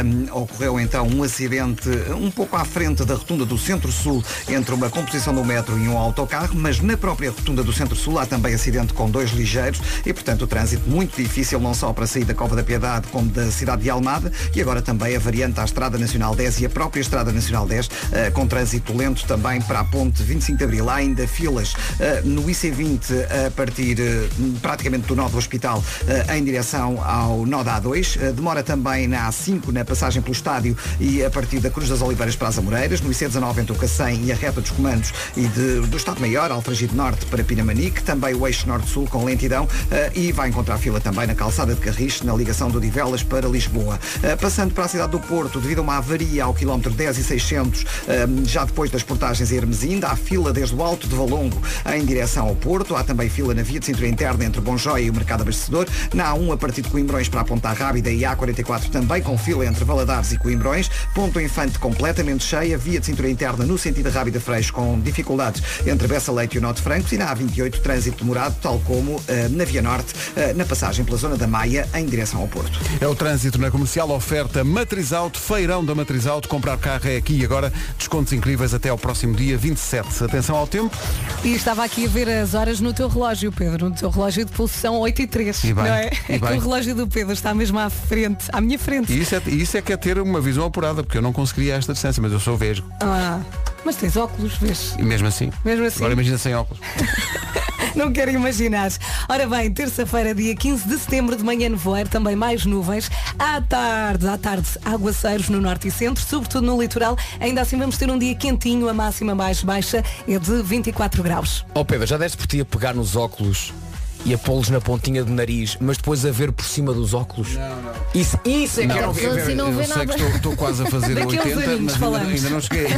Speaker 3: Um, ocorreu então um acidente um pouco à frente da rotunda do Centro-Sul, entre uma composição do metro e um autocarro, mas na própria rotunda do Centro-Sul há também acidente com dois ligeiros e, portanto, o trânsito muito difícil, não só para sair da Cova da Piedade, como da cidade de Almada, e agora também a variante à Estrada Nacional 10 e a própria Estrada Nacional 10, eh, com trânsito lento também para a ponte 25 de Abril. Há ainda filas eh, no IC20 a partir eh, praticamente do nó do hospital eh, em direção ao nó da A2. Eh, demora também na A5, na passagem pelo estádio e a partir da Cruz das Oliveiras para as Amoreiras, no IC19 entre o Cacém e a reta dos comandos e de- do Estado Maior, Alfragido Norte para Pinamanique, também o eixo Norte-Sul com lentidão eh, e vai encontrar fila também na calçada de Carris, na ligação do Divelas para Lisboa. Eh, passando para a cidade do Porto, devido a uma avaria ao quilómetro 10 e 600, eh, já depois das portagens em Hermesinda, há fila desde o Alto de Valongo em direção ao Porto, há também fila na via de cintura interna entre Bonjóia e o Mercado Abastecedor, na A1 a partir de Coimbrões para a Ponta Rábida e A44 também com fila entre Valadares e Coimbrões, Ponto Infante completamente cheia, via de cintura interna no sentido Rábida Freixo com dificuldades entre Bessa Leite e o Norte Franco e na A28 trânsito demorado, tal como eh, na Via Norte, eh, na passagem pela Zona da Maia em direção ao Porto.
Speaker 2: É o trânsito na comercial, oferta Matriz Auto, feirão da Matriz Auto. Comprar carro é aqui e agora. Descontos incríveis até ao próximo dia 27. Atenção ao tempo.
Speaker 4: E estava aqui a ver as horas no teu relógio, Pedro. No teu relógio de pulsão 8 e 3.
Speaker 2: E bem,
Speaker 4: não é?
Speaker 2: e
Speaker 4: é que
Speaker 2: bem.
Speaker 4: o relógio do Pedro está mesmo à frente, à minha frente.
Speaker 2: E isso é, isso é que é ter uma visão apurada, porque eu não conseguiria a esta distância, mas eu sou vesgo.
Speaker 4: Ah, mas tens óculos, vês?
Speaker 2: E mesmo assim.
Speaker 4: Mesmo assim.
Speaker 2: Agora imagina sem óculos.
Speaker 4: Não quero imaginar. Ora bem, terça-feira, dia 15 de setembro, de manhã nevoeiro, também mais nuvens. À tarde, à tarde, aguaceiros no norte e centro, sobretudo no litoral. Ainda assim vamos ter um dia quentinho, a máxima mais baixa é de 24 graus.
Speaker 6: Ó Pedro, já deste por ti a pegar nos óculos e a pô-los na pontinha do nariz, mas depois a ver por cima dos óculos? Não, não. Isso, isso é que era o
Speaker 5: Ele assim não
Speaker 2: eu
Speaker 5: vê
Speaker 2: sei
Speaker 5: nada.
Speaker 2: que estou, estou quase a fazer
Speaker 4: Daqui a uns
Speaker 2: 80,
Speaker 4: aninhos
Speaker 2: mas ainda,
Speaker 4: falamos.
Speaker 2: ainda não cheguei.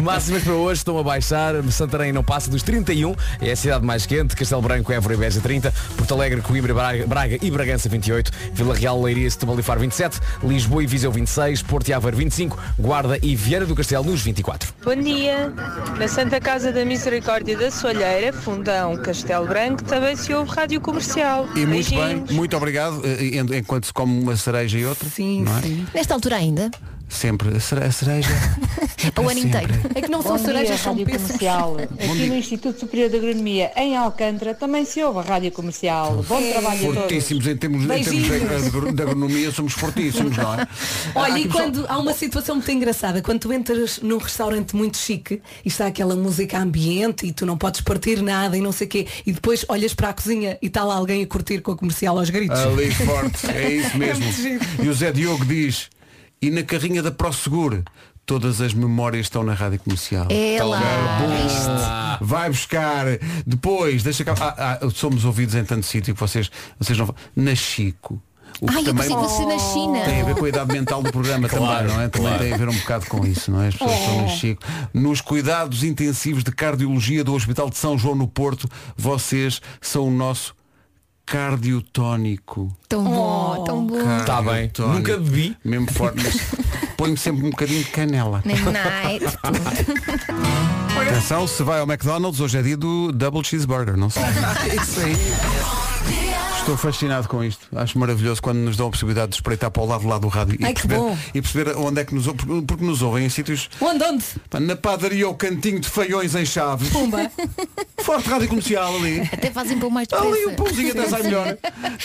Speaker 6: Máximas para hoje estão a baixar. Santarém não passa dos 31, é a cidade mais quente. Castelo Branco, Évora e Beja 30. Porto Alegre, Coimbra, Braga, Braga e Bragança 28. Vila Real, Leiria, Setúbal e Faro 27. Lisboa e Viseu 26. Porto e Aveiro 25. Guarda e Vieira do Castelo nos 24.
Speaker 11: Bom dia. Na Santa Casa da Misericórdia da Soalheira, Fundão, Castelo Branco, também se ouve rádio comercial.
Speaker 2: E muito
Speaker 11: Beijinhos.
Speaker 2: bem, muito obrigado. Eh, en- Enquanto se come uma cereja e outra.
Speaker 4: Sim,
Speaker 2: não é?
Speaker 4: sim.
Speaker 5: Nesta altura ainda,
Speaker 2: Sempre a cere- a cereja. é para
Speaker 5: o ano
Speaker 2: sempre.
Speaker 5: inteiro.
Speaker 4: É que não
Speaker 11: Bom
Speaker 4: são
Speaker 11: dia,
Speaker 4: cerejas, são
Speaker 11: Rádio
Speaker 4: peças.
Speaker 11: Comercial.
Speaker 2: Bom
Speaker 11: Aqui
Speaker 2: dia.
Speaker 11: no Instituto Superior de Agronomia, em Alcântara, também se ouve a Rádio Comercial. Bom trabalho a todos.
Speaker 2: Fortíssimos em termos, em termos de,
Speaker 4: Beijinhos.
Speaker 2: agro- de agronomia, somos fortíssimos, não é?
Speaker 4: Olha,
Speaker 2: Há
Speaker 4: e
Speaker 2: aqui pessoal-
Speaker 4: quando há uma situação muito engraçada, quando tu entras num restaurante muito chique e está aquela música ambiente e tu não podes partir nada e não sei o quê, e depois olhas para a cozinha e está lá alguém a curtir com a comercial aos gritos.
Speaker 2: Ali forte, é isso mesmo.
Speaker 4: muito giro.
Speaker 2: e o Zé Diogo diz, e na carrinha da ProSeguro, todas as memórias estão na rádio comercial.
Speaker 5: É
Speaker 2: Tá
Speaker 5: lá.
Speaker 2: bom. Vai buscar. Depois, deixa cá. Ah, ah, somos ouvidos em tanto sítio que vocês, vocês não. Na Chico. O que
Speaker 5: Ai, eu
Speaker 2: também
Speaker 5: pensei que fosse na China.
Speaker 2: tem a ver com a idade mental do programa
Speaker 6: Claro,
Speaker 2: também, não é? Também
Speaker 6: claro.
Speaker 2: tem a ver um bocado com isso, não é? As pessoas estão no Chico. Nos cuidados intensivos de cardiologia do Hospital de São João no Porto, vocês são o nosso cardiotónico.
Speaker 5: Tão
Speaker 4: Oh.
Speaker 5: bom, tão bom.
Speaker 6: Tá bem.
Speaker 2: Cardiotónico.
Speaker 6: Nunca bebi.
Speaker 2: Mesmo forte, mas ponho sempre um bocadinho de canela.
Speaker 5: Nem night.
Speaker 2: Atenção, se vai ao McDonald's, hoje é dia do Double Cheeseburger, não sei. Isso aí. Estou fascinado com isto. Acho maravilhoso quando nos dão a possibilidade de espreitar para o lado lá do rádio
Speaker 4: Ai,
Speaker 2: e,
Speaker 4: que
Speaker 2: perceber,
Speaker 4: bom.
Speaker 2: e perceber onde é que nos ouvem, porque nos ouvem em sítios
Speaker 4: Onde, onde?
Speaker 2: pá, na padaria ou cantinho de feiões em Chaves.
Speaker 4: Pumba.
Speaker 2: Forte rádio comercial ali.
Speaker 5: Até fazem pão mais depressa.
Speaker 2: Ali o pãozinho até sai melhor.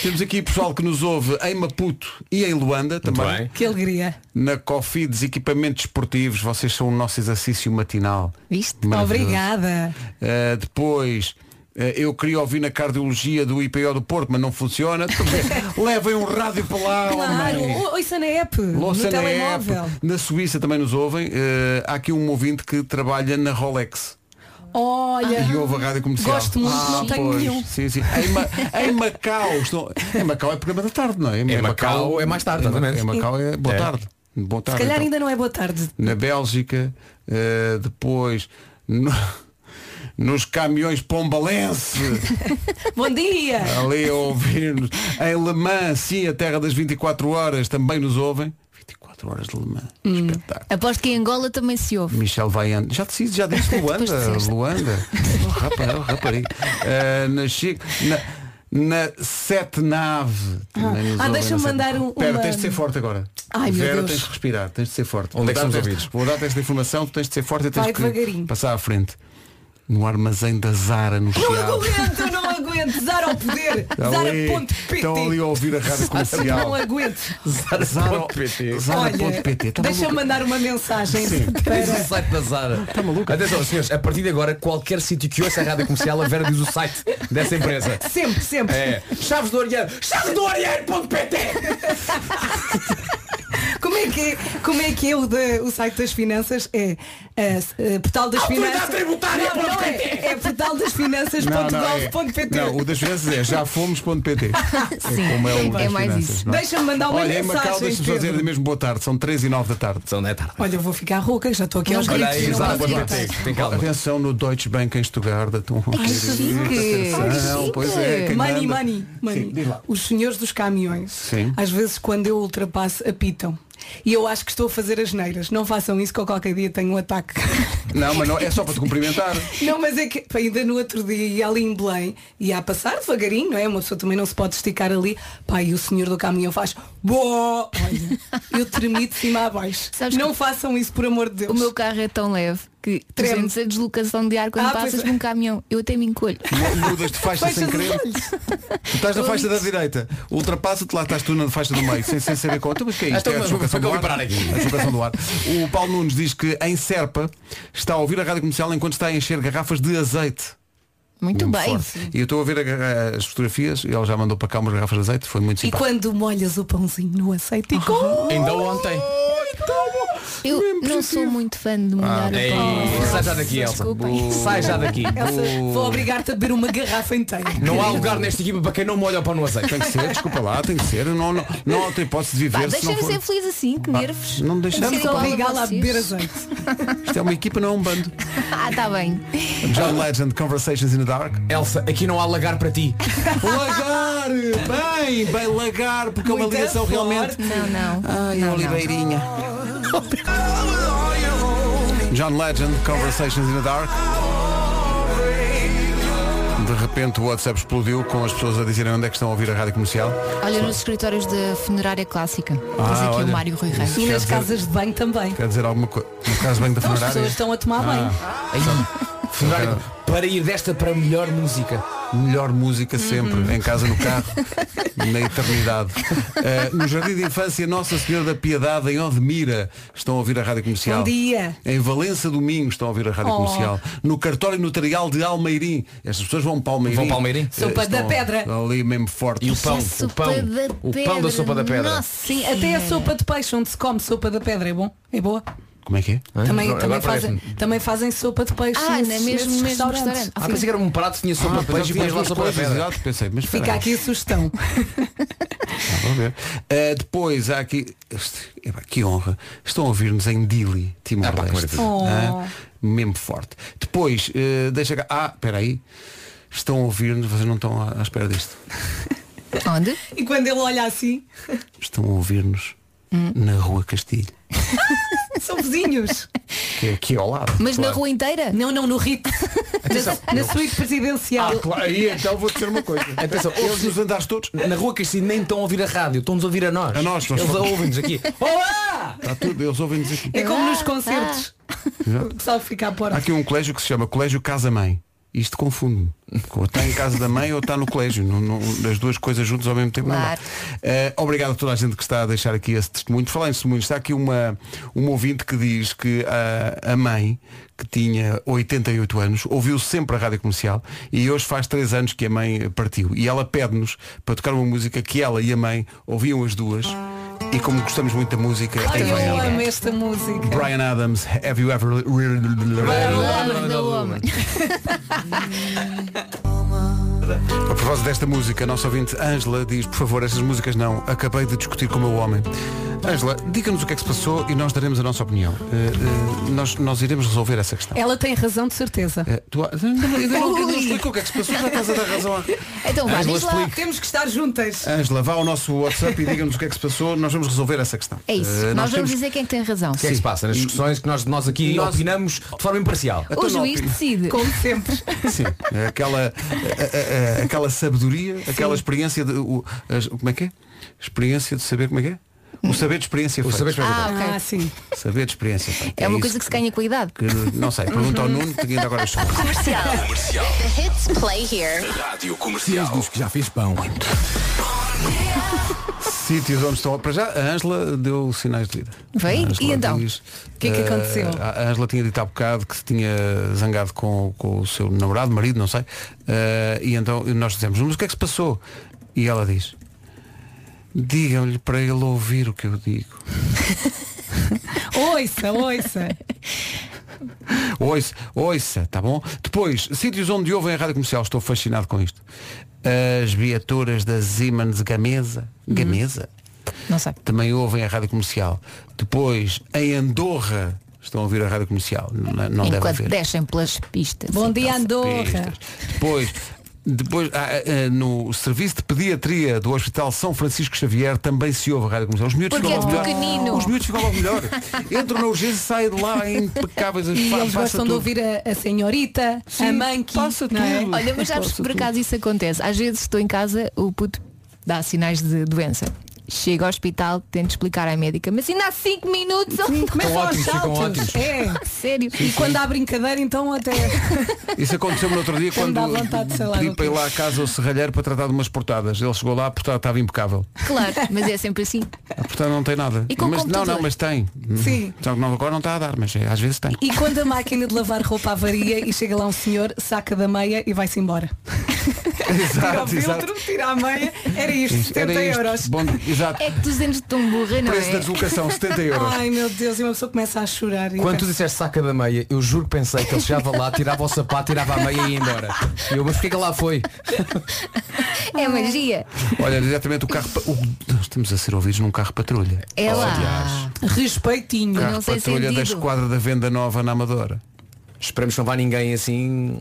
Speaker 2: Temos aqui pessoal que nos ouve em Maputo e em Luanda também.
Speaker 4: Que alegria.
Speaker 2: Na Cofides Equipamentos Esportivos, vocês são o nosso exercício matinal.
Speaker 5: Viste?
Speaker 2: Maravilhoso.
Speaker 4: Obrigada.
Speaker 2: Uh, depois uh, eu queria ouvir na cardiologia do IPO do Porto, mas não funciona. Levem um rádio para lá,
Speaker 4: Claro,
Speaker 2: homem.
Speaker 4: ou- ouça na
Speaker 2: é
Speaker 4: app,
Speaker 2: Louça
Speaker 4: no
Speaker 2: na
Speaker 4: telemóvel.
Speaker 2: app. Na Suíça também nos ouvem. Uh, há aqui um ouvinte que trabalha na Rolex.
Speaker 4: Olha,
Speaker 2: E ouve a rádio comercial. Ah,
Speaker 4: Gosto muito, não tenho
Speaker 2: pois.
Speaker 4: nenhum.
Speaker 2: Sim, sim. Em, Ma- em Macau. estão- Em Macau é programa da tarde, não é?
Speaker 6: Em Macau é mais tarde,
Speaker 2: Em Ma-
Speaker 6: exatamente.
Speaker 2: Em Macau é boa
Speaker 6: É.
Speaker 2: tarde. Boa
Speaker 4: se
Speaker 2: tarde.
Speaker 4: calhar
Speaker 2: então.
Speaker 4: ainda não é boa tarde.
Speaker 2: na Bélgica, eh, depois no- nos caminhões pombalense,
Speaker 4: Bom dia.
Speaker 2: ali a ouvir-nos. Em Le Mans, sim, a terra das 24 horas, também nos ouvem. 24 horas de Le Mans, espetáculo.
Speaker 5: Hum. Aposto que em Angola também se ouve.
Speaker 2: Michel Vaiano, já decidi, já disse
Speaker 5: Depois
Speaker 2: Luanda,
Speaker 5: disseste.
Speaker 2: Luanda, oh, rapaz, oh, rapariga. Eh, na Chico, na, na Sete Nave. também nos
Speaker 4: Ah,
Speaker 2: ouvem
Speaker 4: deixa-me
Speaker 2: na Sete
Speaker 4: mandar
Speaker 2: Nave.
Speaker 4: um-
Speaker 2: Pera,
Speaker 4: uma-
Speaker 2: tens de ser forte agora.
Speaker 4: Ai, meu
Speaker 2: Vera,
Speaker 4: Deus.
Speaker 2: tens de respirar, tens de ser forte.
Speaker 6: Onde é que
Speaker 2: Vou
Speaker 6: somos
Speaker 2: dar-te-
Speaker 6: ouvidos?
Speaker 2: Vou dar-te esta informação, tu tens de ser forte e tens
Speaker 4: Vai
Speaker 2: que
Speaker 4: devagarinho.
Speaker 2: passar à frente. No armazém da Zara, no
Speaker 4: Não
Speaker 2: Chiado.
Speaker 4: aguento, não aguento. Zara ao poder.
Speaker 2: Ali- Estão ali
Speaker 4: Zara.pt.
Speaker 2: a ouvir a rádio
Speaker 4: Não
Speaker 2: comercial.
Speaker 4: aguento.
Speaker 2: Zara.pt Zara.pt Tá maluca?
Speaker 4: Deixa-me
Speaker 2: Tá
Speaker 4: mandar uma mensagem
Speaker 6: Diz o
Speaker 4: para.
Speaker 6: site da Zara. Está
Speaker 2: maluca?
Speaker 6: Atenção, senhores, a partir de agora, qualquer sítio que ouça a rádio comercial, a Vera diz o site dessa empresa.
Speaker 4: Sempre, sempre.
Speaker 6: É. Chaves do Oriente. Chaves do Oriente.pt
Speaker 4: Como é que é, como é, que é o, da- o site das finanças? É eh, eh, portal das finanças.
Speaker 6: tributária
Speaker 4: Não, não é, é portal das finanças
Speaker 2: Não,
Speaker 4: ponto
Speaker 2: não,
Speaker 4: gov
Speaker 2: é-
Speaker 4: ponto pt.
Speaker 2: não, o das vezes é já fomos.pt
Speaker 5: Sim,
Speaker 2: Como é o das
Speaker 5: é mais
Speaker 2: finanças,
Speaker 5: isso.
Speaker 2: não é?
Speaker 4: Deixa-me mandar uma
Speaker 2: Olha, em
Speaker 4: mensagem.
Speaker 2: Macau deixa-me só
Speaker 4: Pedro.
Speaker 2: dizer mesmo boa tarde, são 3 e 9 da tarde.
Speaker 6: São da tarde.
Speaker 4: Olha, eu vou ficar rouca, já estou aqui
Speaker 5: Não
Speaker 4: aos
Speaker 5: grites,
Speaker 6: Olha
Speaker 4: gritos.
Speaker 6: aí,
Speaker 5: não
Speaker 6: Zara.
Speaker 5: posso gritar.
Speaker 6: Tem calma.
Speaker 2: Atenção no Deutsche Bank em Stuttgart. Estão a
Speaker 5: Ai,
Speaker 2: ouvir
Speaker 5: chique.
Speaker 2: isto.
Speaker 5: Ai,
Speaker 2: Atenção,
Speaker 5: chique.
Speaker 2: pois é, quem
Speaker 4: Money,
Speaker 2: manda-
Speaker 4: money, money.
Speaker 2: Sim, diz lá.
Speaker 4: Os senhores dos caminhões,
Speaker 2: Sim.
Speaker 4: às vezes quando eu ultrapasso, apitam. E eu acho que estou a fazer as neiras. Não façam isso que eu qualquer dia tenho um ataque.
Speaker 2: Não, mas não, é só para te cumprimentar.
Speaker 4: Não, mas é que pá, ainda no outro dia ia ali em Belém e a passar devagarinho, não é? Uma pessoa também não se pode esticar ali. Pá, e o senhor do caminhão faz Boa! Olha, eu tremi de cima a baixo.
Speaker 5: Sabes
Speaker 4: não
Speaker 5: que-
Speaker 4: façam isso, por amor de Deus.
Speaker 5: O meu carro é tão leve que tu
Speaker 4: Treme.
Speaker 5: sentes a deslocação de ar quando
Speaker 4: Ah, pois
Speaker 5: passas
Speaker 4: é.
Speaker 5: por um caminhão. Eu até me encolho.
Speaker 2: Mudas de faixa sem
Speaker 4: Fecha-se os
Speaker 2: querer.
Speaker 4: olhos.
Speaker 2: Tu estás na faixa da direita, ultrapassa-te lá, estás tu na faixa do meio, sem, sem saber qual. Então, mas o que é
Speaker 6: Ah,
Speaker 2: isto?
Speaker 6: então,
Speaker 2: É a
Speaker 6: mas
Speaker 2: deslocação
Speaker 6: foi que eu
Speaker 2: do
Speaker 6: vim
Speaker 2: ar.
Speaker 6: parar aqui.
Speaker 2: A deslocação do ar. O Paulo Nunes diz que em Serpa está a ouvir a rádio comercial enquanto está a encher garrafas de azeite.
Speaker 5: Muito
Speaker 2: Muito
Speaker 5: bem.
Speaker 2: forte. E eu estou a ver a garra- as fotografias, ele já mandou para cá umas garrafas de azeite, foi muito
Speaker 4: E
Speaker 2: simpático.
Speaker 4: quando molhas o pãozinho no azeite e com...
Speaker 6: Ah, Ainda ontem.
Speaker 5: Eu não sou muito fã de molhar o
Speaker 6: Ei,
Speaker 5: pão.
Speaker 6: Ah, é sai já daqui, Elsa.
Speaker 5: Desculpem.
Speaker 6: Sai já daqui.
Speaker 4: Elsa, vou obrigar-te a beber uma garrafa inteira.
Speaker 6: Não há lugar nesta equipa para quem não molha o pão no azeite.
Speaker 2: Tem que ser, desculpa lá, tem que ser. Não, não, não há outra hipótese de
Speaker 5: Pá,
Speaker 2: viver se não
Speaker 5: Deixa-me
Speaker 2: for.
Speaker 5: ser feliz assim, que nervos.
Speaker 2: Não deixamos.
Speaker 5: Ser
Speaker 4: Vamos
Speaker 5: igual a
Speaker 4: obrigá-la a
Speaker 5: vocês.
Speaker 4: beber azeite.
Speaker 2: Isto é uma equipa, não é um bando.
Speaker 5: Ah, tá bem.
Speaker 2: John Legend, Conversations in the Dark.
Speaker 6: Elsa, aqui não há lagar para ti.
Speaker 2: Lagar! Bem, bem, lagar, porque é uma
Speaker 4: Muita
Speaker 2: ligação
Speaker 4: sorte.
Speaker 2: realmente.
Speaker 5: Não, não.
Speaker 2: Ai,
Speaker 5: não, não.
Speaker 2: Oliveirinha. John Legend, Conversations in the Dark. De repente o WhatsApp explodiu com as pessoas a dizerem onde é que estão a ouvir a rádio comercial.
Speaker 5: Olha nos escritórios da funerária clássica.
Speaker 2: Ah,
Speaker 5: Diz aqui
Speaker 2: olha.
Speaker 5: o Mário Rui Reis.
Speaker 2: Isso
Speaker 4: E
Speaker 2: quer
Speaker 4: nas
Speaker 2: dizer-
Speaker 4: casas de banho também.
Speaker 2: Quer dizer alguma coisa? No caso bem da
Speaker 4: Então as
Speaker 2: funerária. Ah.
Speaker 4: pessoas estão a tomar banho.
Speaker 6: Aí, funerário, para ir desta para melhor música.
Speaker 2: Melhor música sempre,
Speaker 4: Uhum.
Speaker 2: em casa, no carro, na eternidade. Eh, no Jardim de Infância Nossa Senhora da Piedade, em Odmira, estão a ouvir a Rádio Comercial.
Speaker 4: Bom dia.
Speaker 2: Em Valença Domingo estão a ouvir a Rádio
Speaker 4: Oh.
Speaker 2: Comercial. No cartório notarial de Almeirim. Estas pessoas vão para Almeirim.
Speaker 6: Vão para Almeirim?
Speaker 2: Eh,
Speaker 4: Sopa da
Speaker 2: estão
Speaker 4: pedra.
Speaker 2: Ali mesmo forte.
Speaker 6: E o pão, o
Speaker 5: Sopa
Speaker 6: pão,
Speaker 5: da
Speaker 6: o pão da
Speaker 5: pedra.
Speaker 6: sopa da pedra.
Speaker 5: Nossa
Speaker 4: Sim, até a
Speaker 5: Senhora.
Speaker 4: sopa de peixe onde se come sopa da pedra é bom? É boa?
Speaker 2: Como é que é?
Speaker 4: Também,
Speaker 6: Agora
Speaker 4: também, fazem,
Speaker 6: parece-me.
Speaker 4: também fazem sopa de peixe
Speaker 5: Ah,
Speaker 4: nesses,
Speaker 5: não é mesmo
Speaker 4: nesses
Speaker 5: mesmo
Speaker 4: restaurantes.
Speaker 5: restaurante.
Speaker 6: Ah,
Speaker 5: Sim.
Speaker 6: pensei que era um prato que tinha
Speaker 2: Ah,
Speaker 6: sopa de peixe e pões lá sopa da pedra.
Speaker 2: Pensei, mas
Speaker 4: Fica aqui a sugestão.
Speaker 2: Vou ver. Eh, depois há aqui. Este- epá, que honra. Estão a ouvir-nos em
Speaker 6: Ah,
Speaker 2: Dili,
Speaker 6: pá, que
Speaker 2: Timor-Leste.
Speaker 6: maravilha.
Speaker 2: Ah,
Speaker 4: Oh.
Speaker 2: mesmo forte. Depois, eh, deixa cá. Ah, espera aí. Estão a ouvir-nos, vocês não estão à, à espera disto.
Speaker 5: Onde?
Speaker 4: E quando ele olha assim, Hum.
Speaker 2: Estão a ouvir-nos na Rua Castilho.
Speaker 4: São vizinhos.
Speaker 2: Que é aqui ao lado. claro.
Speaker 4: inteira? Não, não, no RIT.
Speaker 2: Atenção.
Speaker 4: na, na suíte presidencial.
Speaker 2: Ah, claro, aí então vou dizer uma coisa.
Speaker 6: Atenção,
Speaker 2: eles nos andares todos.
Speaker 6: Na rua Cristina nem estão a ouvir a rádio, estão-nos a ouvir a nós.
Speaker 2: A nós, nós
Speaker 6: Eles
Speaker 2: somos-
Speaker 6: ouvem-nos aqui. Olá!
Speaker 2: Está tudo, eles ouvem-nos aqui.
Speaker 4: É como
Speaker 5: Ah,
Speaker 4: nos concertos.
Speaker 2: Exato.
Speaker 4: O pessoal fica à
Speaker 2: Há
Speaker 4: porta.
Speaker 2: aqui um colégio que se chama Colégio Casa Mãe. Isto confunde-me. Ou está em casa da mãe ou está no colégio. Não, não- as duas coisas juntas ao mesmo tempo não dá.
Speaker 5: Claro.
Speaker 2: Eh, obrigado a toda a gente que está a deixar aqui esse testemunho. Falar em testemunhos, está aqui uma, um ouvinte que diz que a, a mãe, que tinha 88 anos, ouviu sempre a rádio comercial e hoje faz 3 anos que a mãe partiu. E ela pede-nos para tocar uma música que ela e a mãe ouviam as duas. E como gostamos muito da música,
Speaker 4: Ai,
Speaker 2: aí vai
Speaker 4: eu
Speaker 2: ela.
Speaker 4: amo esta música.
Speaker 2: Brian Adams, have you ever... A propósito desta música, a nossa ouvinte Ângela diz, por favor, estas músicas não, acabei de discutir com o meu homem. Ângela, diga-nos o que é que se passou e nós daremos a nossa opinião. Eh, eh, nós, nós iremos resolver essa questão.
Speaker 4: Ela tem razão de certeza.
Speaker 2: Eh, tu, não, não, não, não, não explico o que é que se passou, já estás a dar razão.
Speaker 5: Então vá,
Speaker 2: Ângela,
Speaker 5: diz lá.
Speaker 2: explique.
Speaker 4: Temos que estar juntas.
Speaker 2: Ângela, vá ao nosso WhatsApp e diga-nos o que é que se passou, nós vamos resolver essa questão.
Speaker 5: É isso.
Speaker 2: Eh,
Speaker 5: nós, vamos
Speaker 2: temos-
Speaker 5: dizer quem é que tem razão.
Speaker 6: O que é que se passa nas discussões que nós, nós aqui
Speaker 2: Nós-
Speaker 6: opinamos de forma imparcial?
Speaker 2: Então
Speaker 5: O
Speaker 2: não
Speaker 5: juiz
Speaker 2: opino.
Speaker 5: decide.
Speaker 4: Como sempre.
Speaker 2: Sim, é aquela, a- a- a- eh, aquela sabedoria, aquela experiência de. o- as- como é que é? Experiência de saber como é que é? O saber de experiência
Speaker 6: O
Speaker 2: feita.
Speaker 6: saber experiência.
Speaker 5: Ah, ok.
Speaker 4: Ah, sim.
Speaker 2: Saber de experiência feita.
Speaker 5: É uma
Speaker 2: isso
Speaker 5: coisa que se ganha com a idade.
Speaker 2: que- não sei, pergunta ao Nuno, que ainda agora é estou.
Speaker 6: Dias dos que já fiz pão.
Speaker 2: Sítios onde estão. Para já, a Ângela deu sinais de vida.
Speaker 5: Vem?
Speaker 2: A Ângela
Speaker 5: E então?
Speaker 2: diz,
Speaker 4: O que é que
Speaker 2: eh,
Speaker 4: aconteceu?
Speaker 2: A a Ângela tinha dito há bocado que se tinha zangado com, com o seu namorado, marido, não sei. eh, e então nós dizemos, mas o que é que se passou? E ela diz, digam-lhe para ele ouvir o que eu digo.
Speaker 4: Oiça, oiça.
Speaker 2: Ouça, ouça, tá bom? Depois, sítios onde ouvem a rádio comercial, estou fascinado com isto. As viaturas da Siemens Gamesa. Gamesa?
Speaker 5: Uhum. Não sei.
Speaker 2: também ouvem a rádio comercial. Depois, em Andorra, estão a ouvir a rádio comercial. Não, não deve
Speaker 5: Enquanto
Speaker 2: haver.
Speaker 5: descem pelas pistas.
Speaker 4: Bom
Speaker 5: Então,
Speaker 4: dia, Andorra.
Speaker 2: Pistas. Depois, depois ah, ah, ah, no serviço de pediatria do Hospital São Francisco Xavier também se ouve a rádio comercial. Os miúdos
Speaker 5: Porque é
Speaker 2: ficam
Speaker 5: de
Speaker 2: logo melhor.
Speaker 5: pequenino.
Speaker 2: Os miúdos ficam logo melhor. Entram na urgência e saem É de lá impecáveis.
Speaker 4: E
Speaker 2: fa-
Speaker 4: eles
Speaker 2: passa
Speaker 4: gostam de
Speaker 2: tudo.
Speaker 4: ouvir a, a senhorita, a manqui.
Speaker 2: passa
Speaker 4: não é?
Speaker 2: tudo.
Speaker 5: Olha, mas sabes que por acaso isso acontece. Às vezes estou em casa, o puto dá sinais de doença. Chego ao hospital, tento explicar à médica, mas ainda há 5 minutos. Ah,
Speaker 4: Começam aos
Speaker 6: ótimos, ficam
Speaker 4: saltos.
Speaker 6: ótimos.
Speaker 4: É.
Speaker 5: Sério.
Speaker 4: E quando há brincadeira, então até.
Speaker 2: Isso aconteceu no outro dia
Speaker 4: Quando
Speaker 2: quando
Speaker 4: dá vontade, sei lá,
Speaker 2: pedi
Speaker 4: não
Speaker 2: para ir
Speaker 4: quis.
Speaker 2: lá à casa ao serralheiro para tratar de umas portadas. Ele chegou lá, a portada estava impecável.
Speaker 5: Claro, mas é sempre assim.
Speaker 2: A portada não tem nada.
Speaker 5: E com
Speaker 2: mas, não,
Speaker 5: computador?
Speaker 2: não, mas tem.
Speaker 4: Sim.
Speaker 2: Só que não- agora não está a dar, mas é, às vezes tem.
Speaker 4: E quando a máquina de lavar roupa avaria e chega lá um senhor, saca da meia e vai-se embora. Tira o
Speaker 2: Exato,
Speaker 4: filtro, tira a meia. Era isto,
Speaker 2: Isto,
Speaker 4: 70 euros.
Speaker 2: Bom, exato.
Speaker 5: É que tu sentes tão burra, não
Speaker 2: Preço da
Speaker 5: é?
Speaker 2: deslocação, 70 euros.
Speaker 4: Ai meu Deus, e uma pessoa começa a chorar. E
Speaker 6: Quando tu disseste saca da meia, eu juro que pensei que ele chegava lá, tirava o sapato, tirava a meia e ia embora. E eu, mas porquê que ele lá foi?
Speaker 5: É magia.
Speaker 2: Olha, diretamente o carro. pa- o- Nós estamos a ser ouvidos num carro patrulha.
Speaker 5: É lá.
Speaker 4: Respeitinho.
Speaker 5: Não
Speaker 2: Carro
Speaker 5: sei
Speaker 2: patrulha da
Speaker 5: sentido.
Speaker 2: esquadra da venda nova na Amadora.
Speaker 6: Esperemos que não vá ninguém assim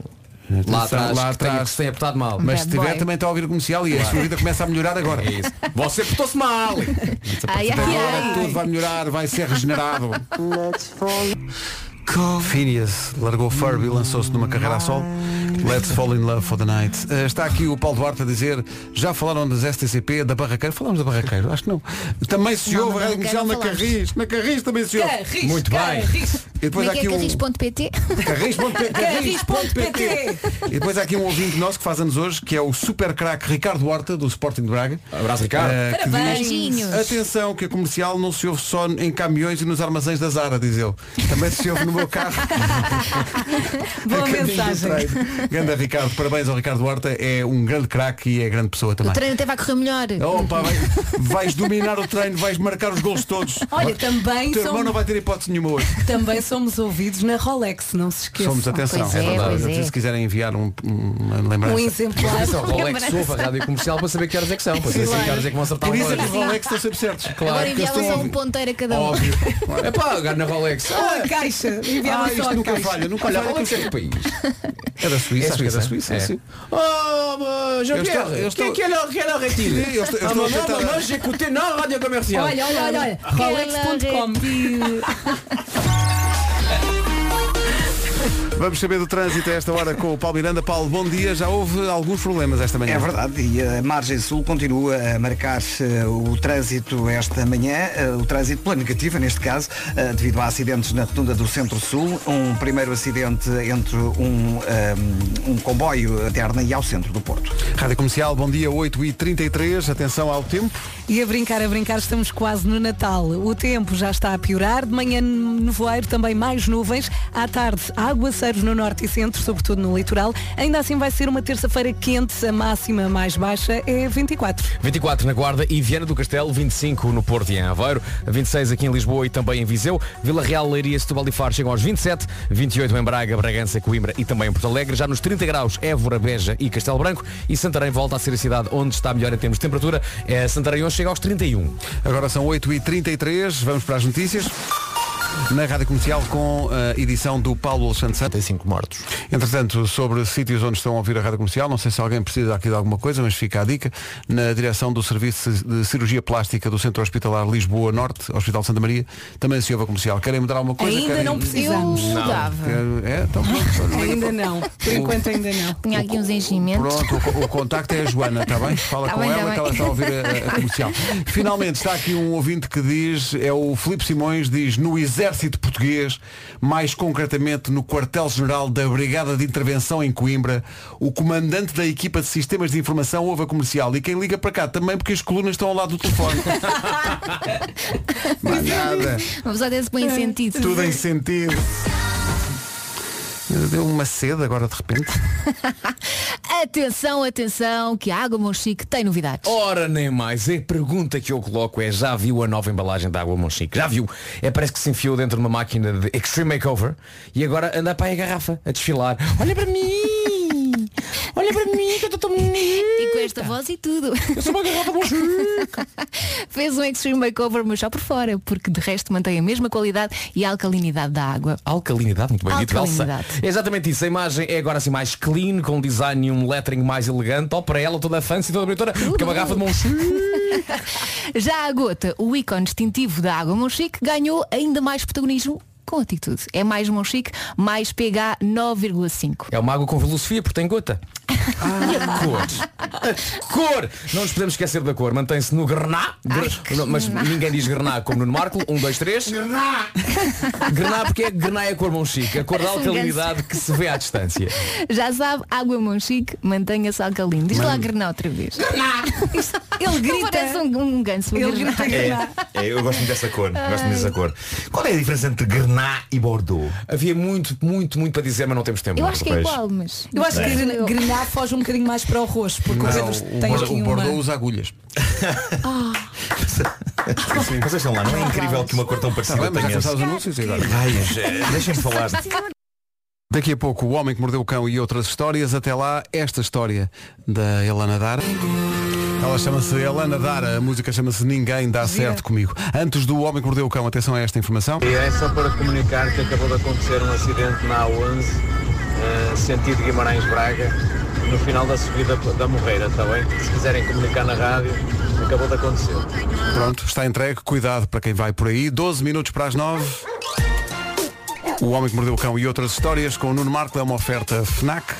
Speaker 6: lá
Speaker 2: Atenção,
Speaker 6: atrás,
Speaker 2: lá
Speaker 6: que, tenha, que
Speaker 2: atrás.
Speaker 6: se tenha apertado mal.
Speaker 2: Mas
Speaker 5: Bad
Speaker 2: se tiver
Speaker 5: boy.
Speaker 2: também está a ouvir comercial e a sua vida começa a melhorar agora.
Speaker 6: É isso. Você portou-se mal!
Speaker 5: Ai, ai,
Speaker 2: Agora
Speaker 5: ai.
Speaker 2: tudo vai melhorar, vai ser regenerado. Phineas largou Furby e lançou-se numa carreira a sol. Let's fall in love for the night. Eh, está aqui o Paulo Duarte a dizer, já falaram das STCP, da Barraqueiro? Falámos da Barraqueiro, acho que não. Também se
Speaker 5: Não,
Speaker 2: ouve
Speaker 5: da
Speaker 2: a rádio
Speaker 5: Barraqueira
Speaker 2: comercial na
Speaker 5: não falámos.
Speaker 2: Carris. Na Carris também se ouve.
Speaker 4: Carris,
Speaker 6: Muito bem.
Speaker 4: Carris,
Speaker 2: E
Speaker 5: Como
Speaker 2: depois
Speaker 5: é
Speaker 2: há
Speaker 5: que é
Speaker 2: aqui um...
Speaker 5: carris.pt?
Speaker 2: Carris.pt.
Speaker 4: Carris.pt.
Speaker 2: E depois há aqui um ouvinte nosso que faz anos hoje, que é o super craque Ricardo Horta, do Sporting de Braga.
Speaker 6: Abraço, Ricardo.
Speaker 2: Eh, que diz,
Speaker 5: Beijinhos.
Speaker 2: Atenção que a comercial não se ouve só em caminhões e nos armazéns da Zara, diz ele. Também se ouve no meu carro.
Speaker 4: Boa
Speaker 2: A caminho do
Speaker 4: mensagem.
Speaker 2: treino. Ganda Ricardo, parabéns ao Ricardo Horta, é um grande craque e é grande pessoa
Speaker 5: O
Speaker 2: também.
Speaker 5: treino até vai correr melhor.
Speaker 2: Opa, vai- vais dominar o treino, vais marcar os gols todos.
Speaker 4: Olha, também
Speaker 2: o teu
Speaker 4: são-
Speaker 2: irmão não vai ter hipótese nenhuma hoje.
Speaker 4: Também somos ouvidos na Rolex, não se esqueçam.
Speaker 2: Somos, atenção, é, verdade. Se quiserem enviar um, uma lembrança.
Speaker 4: Um exemplar.
Speaker 6: Atenção, Rolex
Speaker 4: Lembrança.
Speaker 6: ouve a rádio comercial para saber que horas é que são, para saber
Speaker 2: Claro.
Speaker 6: se que horas é que vão acertar
Speaker 2: Por
Speaker 6: o
Speaker 2: isso é que os
Speaker 6: relógio.
Speaker 2: Rolex estão sempre certos.
Speaker 5: Agora
Speaker 6: Claro, que eu
Speaker 5: enviava
Speaker 6: estou
Speaker 5: só um ponteiro a cada um.
Speaker 6: óbvio. É pá, agarra na Rolex.
Speaker 4: Só a caixa. Enviava
Speaker 2: Ah,
Speaker 4: só
Speaker 2: isto
Speaker 4: a
Speaker 2: nunca
Speaker 4: caixa.
Speaker 2: falha, nunca
Speaker 6: Olha,
Speaker 2: falha.
Speaker 6: Rolex é de país.
Speaker 2: É da Suíça,
Speaker 6: É
Speaker 2: acho que é da
Speaker 6: Suíça,
Speaker 2: Suíça.
Speaker 6: é.
Speaker 2: sim.
Speaker 6: Oh,
Speaker 2: Jean-Pierre,
Speaker 6: Jean-Pierre,
Speaker 2: quem
Speaker 6: quem
Speaker 2: é
Speaker 6: é
Speaker 2: que
Speaker 6: que é la rétile
Speaker 2: Eu estou- eu estou a tentar-
Speaker 6: j'écoutais na rádio comercial.
Speaker 4: Olha, olha, olha,
Speaker 6: Ah.
Speaker 4: olha. Rolex.com.
Speaker 2: Vamos saber do trânsito a esta hora com o Paulo Miranda. Paulo, bom dia. Já houve alguns problemas esta manhã.
Speaker 3: É verdade, e a margem sul continua a marcar eh, o trânsito esta manhã, eh, o trânsito pela negativa neste caso, eh, devido a acidentes na rotunda do centro-sul, um primeiro acidente entre um, eh, um comboio interna e ao centro do Porto.
Speaker 2: Rádio Comercial, bom dia, 8h33. Atenção ao tempo.
Speaker 4: E a brincar, a brincar, estamos quase no Natal. O tempo já está a piorar. De manhã, nevoeiro, também mais nuvens. À tarde, aguaceiros no norte e centro, sobretudo no litoral. Ainda assim, vai ser uma terça-feira quente. A máxima mais baixa é 24.
Speaker 6: 24 na Guarda e Viana do Castelo, 25 no Porto e em Aveiro, 26 aqui em Lisboa e também em Viseu, Vila Real, Leiria, Setúbal e Faro chegam aos 27, 28 em Braga, Bragança, Coimbra e também em Porto Alegre, já nos 30 graus Évora, Beja e Castelo Branco e Santarém volta a ser a cidade onde está melhor em termos de temperatura, Eh, Santarém hoje chega aos 31.
Speaker 2: Agora são 8h33, vamos para as notícias. Na Rádio Comercial com a edição do Paulo Alexandre Santos.
Speaker 1: 35 mortos.
Speaker 2: Entretanto, sobre sítios onde estão a ouvir a Rádio Comercial, não sei se alguém precisa aqui de alguma coisa, mas fica a dica. Na direção do Serviço de Cirurgia Plástica do Centro Hospitalar Lisboa Norte, Hospital Santa Maria, também se ouve a comercial. Querem mudar alguma coisa?
Speaker 4: Ainda
Speaker 2: Querem-
Speaker 4: não precisamos.
Speaker 5: Eu dava.
Speaker 2: Quer- É, então pronto.
Speaker 4: Ainda não. Por enquanto, ainda não.
Speaker 5: Tinha aqui uns enchimentos.
Speaker 2: Pronto, o co- o contacto é a Joana, está bem? Fala
Speaker 5: Tá
Speaker 2: com
Speaker 5: bem, tá
Speaker 2: ela que
Speaker 5: bem.
Speaker 2: ela está a ouvir a, a comercial. Finalmente está aqui um ouvinte que diz, é o Filipe Simões, diz no Exército Português, mais concretamente no quartel-general da Brigada de Intervenção em Coimbra, o comandante da equipa de sistemas de informação ouve a comercial e quem liga para cá também porque as colunas estão ao lado do telefone. Mais nada.
Speaker 5: Uma pessoa até se põe em sentido.
Speaker 2: Tudo em sentido. Deu uma sede agora de repente.
Speaker 5: Atenção, atenção, que a Água Monchique tem novidades.
Speaker 6: Ora nem mais, É a pergunta que eu coloco é já viu a nova embalagem da água Monchique? Já viu? É parece que se enfiou dentro de uma máquina de Extreme Makeover e agora anda para a garrafa a desfilar. Olha para mim! Olha para mim que eu estou tão
Speaker 5: E com
Speaker 6: bonita!
Speaker 5: esta voz e tudo.
Speaker 6: Eu sou uma garrafa Monchique!
Speaker 5: Fez um extreme makeover, mas só por fora, porque de resto mantém a mesma qualidade e a alcalinidade da água.
Speaker 6: Alcalinidade, muito bem dito, Elsa.
Speaker 5: Alcalinidade.
Speaker 6: É Exatamente isso, a imagem é agora assim mais clean, com um design e um lettering mais elegante. Ó para ela, toda a fancy, toda a bonitona, porque a garrafa de Monchique.
Speaker 5: Já a gota, o ícone distintivo da água Monchique, ganhou ainda mais protagonismo com atitude. É mais Monchique, mais pH 9,5.
Speaker 6: É uma água com filosofia porque tem gota. E a cor? A cor! Não nos podemos esquecer da cor. Mantém-se no grená. Gre- não, mas ninguém diz grená como no Marco. Um, dois, três. Grená! Grená porque é grená é a cor monchique. A cor da
Speaker 5: Parece um
Speaker 6: alcalinidade que se vê à distância.
Speaker 5: Já sabe, água é Monchique, mantenha-se alcalino. Diz lá Grená outra vez.
Speaker 4: Ele grita.
Speaker 5: Parece um, um ganso. um
Speaker 4: Ele
Speaker 5: Grená.
Speaker 4: grita.
Speaker 12: É, é, eu gosto muito dessa cor. Gosto muito dessa cor. Qual é a diferença entre Grená e Bordeaux?
Speaker 6: Havia muito, muito, muito para dizer, mas não temos tempo.
Speaker 5: Eu acho que é
Speaker 12: Pois.
Speaker 5: igual, mas. É.
Speaker 4: Eu acho que
Speaker 5: mas-
Speaker 4: Grená- Grená foge um bocadinho mais para o roxo, porque o
Speaker 2: Não,
Speaker 4: Pedro
Speaker 2: o,
Speaker 4: tem
Speaker 2: Bordeaux-
Speaker 4: aqui
Speaker 2: o
Speaker 4: uma... Ah,
Speaker 2: Bordeaux usa agulhas.
Speaker 12: Mas deixam lá, não é incrível que uma cor tão
Speaker 2: Está
Speaker 12: parecida
Speaker 2: Tá bem, mas já
Speaker 12: tenha
Speaker 2: começaram os anúncios e agora.
Speaker 12: Ai, eh, deixem-me falar.
Speaker 2: Daqui a pouco, O Homem que Mordeu o Cão e outras histórias. Até lá, esta história da Elana Dara. Ela chama-se Elana Dara, a música chama-se Ninguém Dá Certo Comigo. Antes do Homem que Mordeu o Cão, atenção a esta informação.
Speaker 8: E é só para comunicar que acabou de acontecer um acidente na A11, eh, sentido Guimarães-Braga, no final da subida da Morreira, está bem? Se quiserem comunicar na rádio, acabou de acontecer.
Speaker 2: Pronto, está entregue. Cuidado para quem vai por aí. 12 minutos para as 9. O Homem que Mordeu o Cão e outras histórias com o Nuno Marco é uma oferta FNAC.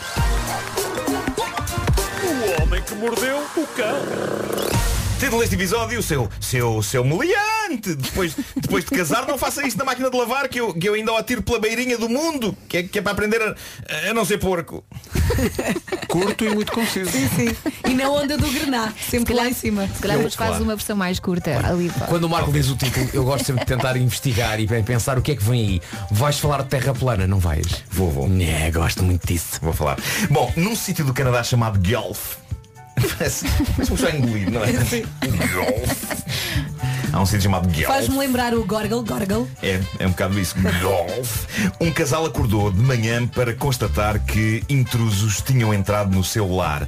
Speaker 12: Título deste episódio, seu, seu, seu meliante. Depois, depois de casar, não faça isso na máquina de lavar, que eu, que eu ainda o atiro pela beirinha do mundo, que é, que é para aprender a, a não ser porco.
Speaker 2: Curto e muito conciso.
Speaker 12: É.
Speaker 4: E na onda do Grená, sempre lá em cima.
Speaker 5: Se calhar, mas faz uma versão mais curta ali. pá.
Speaker 6: Quando o Marco diz o título, eu gosto sempre de tentar investigar e pensar o que é que vem aí. Vais falar de terra plana, não vais?
Speaker 12: Vou, vou.
Speaker 6: É, gosto muito disso.
Speaker 12: Vou falar. Bom, num sítio do Canadá chamado Guelph. Parece parece um pessoal engolido, não é? Guelph. Há um sítio chamado Guelph.
Speaker 4: Faz-me lembrar o Gorgle, Gorgle.
Speaker 12: É, é um bocado isso. Golf. Um casal acordou de manhã para constatar que intrusos tinham entrado no seu lar.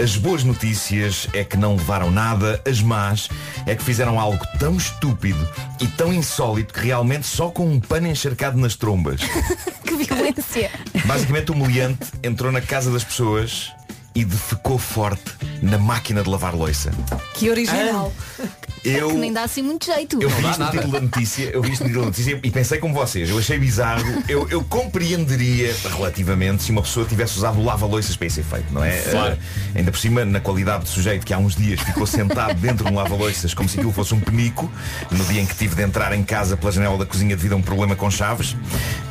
Speaker 12: As boas notícias é que não levaram nada, as más é que fizeram algo tão estúpido e tão insólito que realmente só com um pano encharcado nas trombas.
Speaker 5: Que violência.
Speaker 12: Basicamente, o meliante entrou na casa das pessoas e defecou forte na máquina de lavar loiça.
Speaker 4: Que original.
Speaker 12: Ah, Eu,
Speaker 5: Que nem dá assim muito jeito.
Speaker 12: eu vi isto no título da notícia, eu vi isto no título da notícia e pensei como vocês, eu achei bizarro, eu, eu compreenderia relativamente se uma pessoa tivesse usado lava-loiças para esse efeito, não é?
Speaker 8: Claro.
Speaker 12: Ah, ainda por cima, na qualidade de sujeito que há uns dias ficou sentado dentro de um lava-loiças como se aquilo fosse um penico, no dia em que tive de entrar em casa pela janela da cozinha devido a um problema com chaves,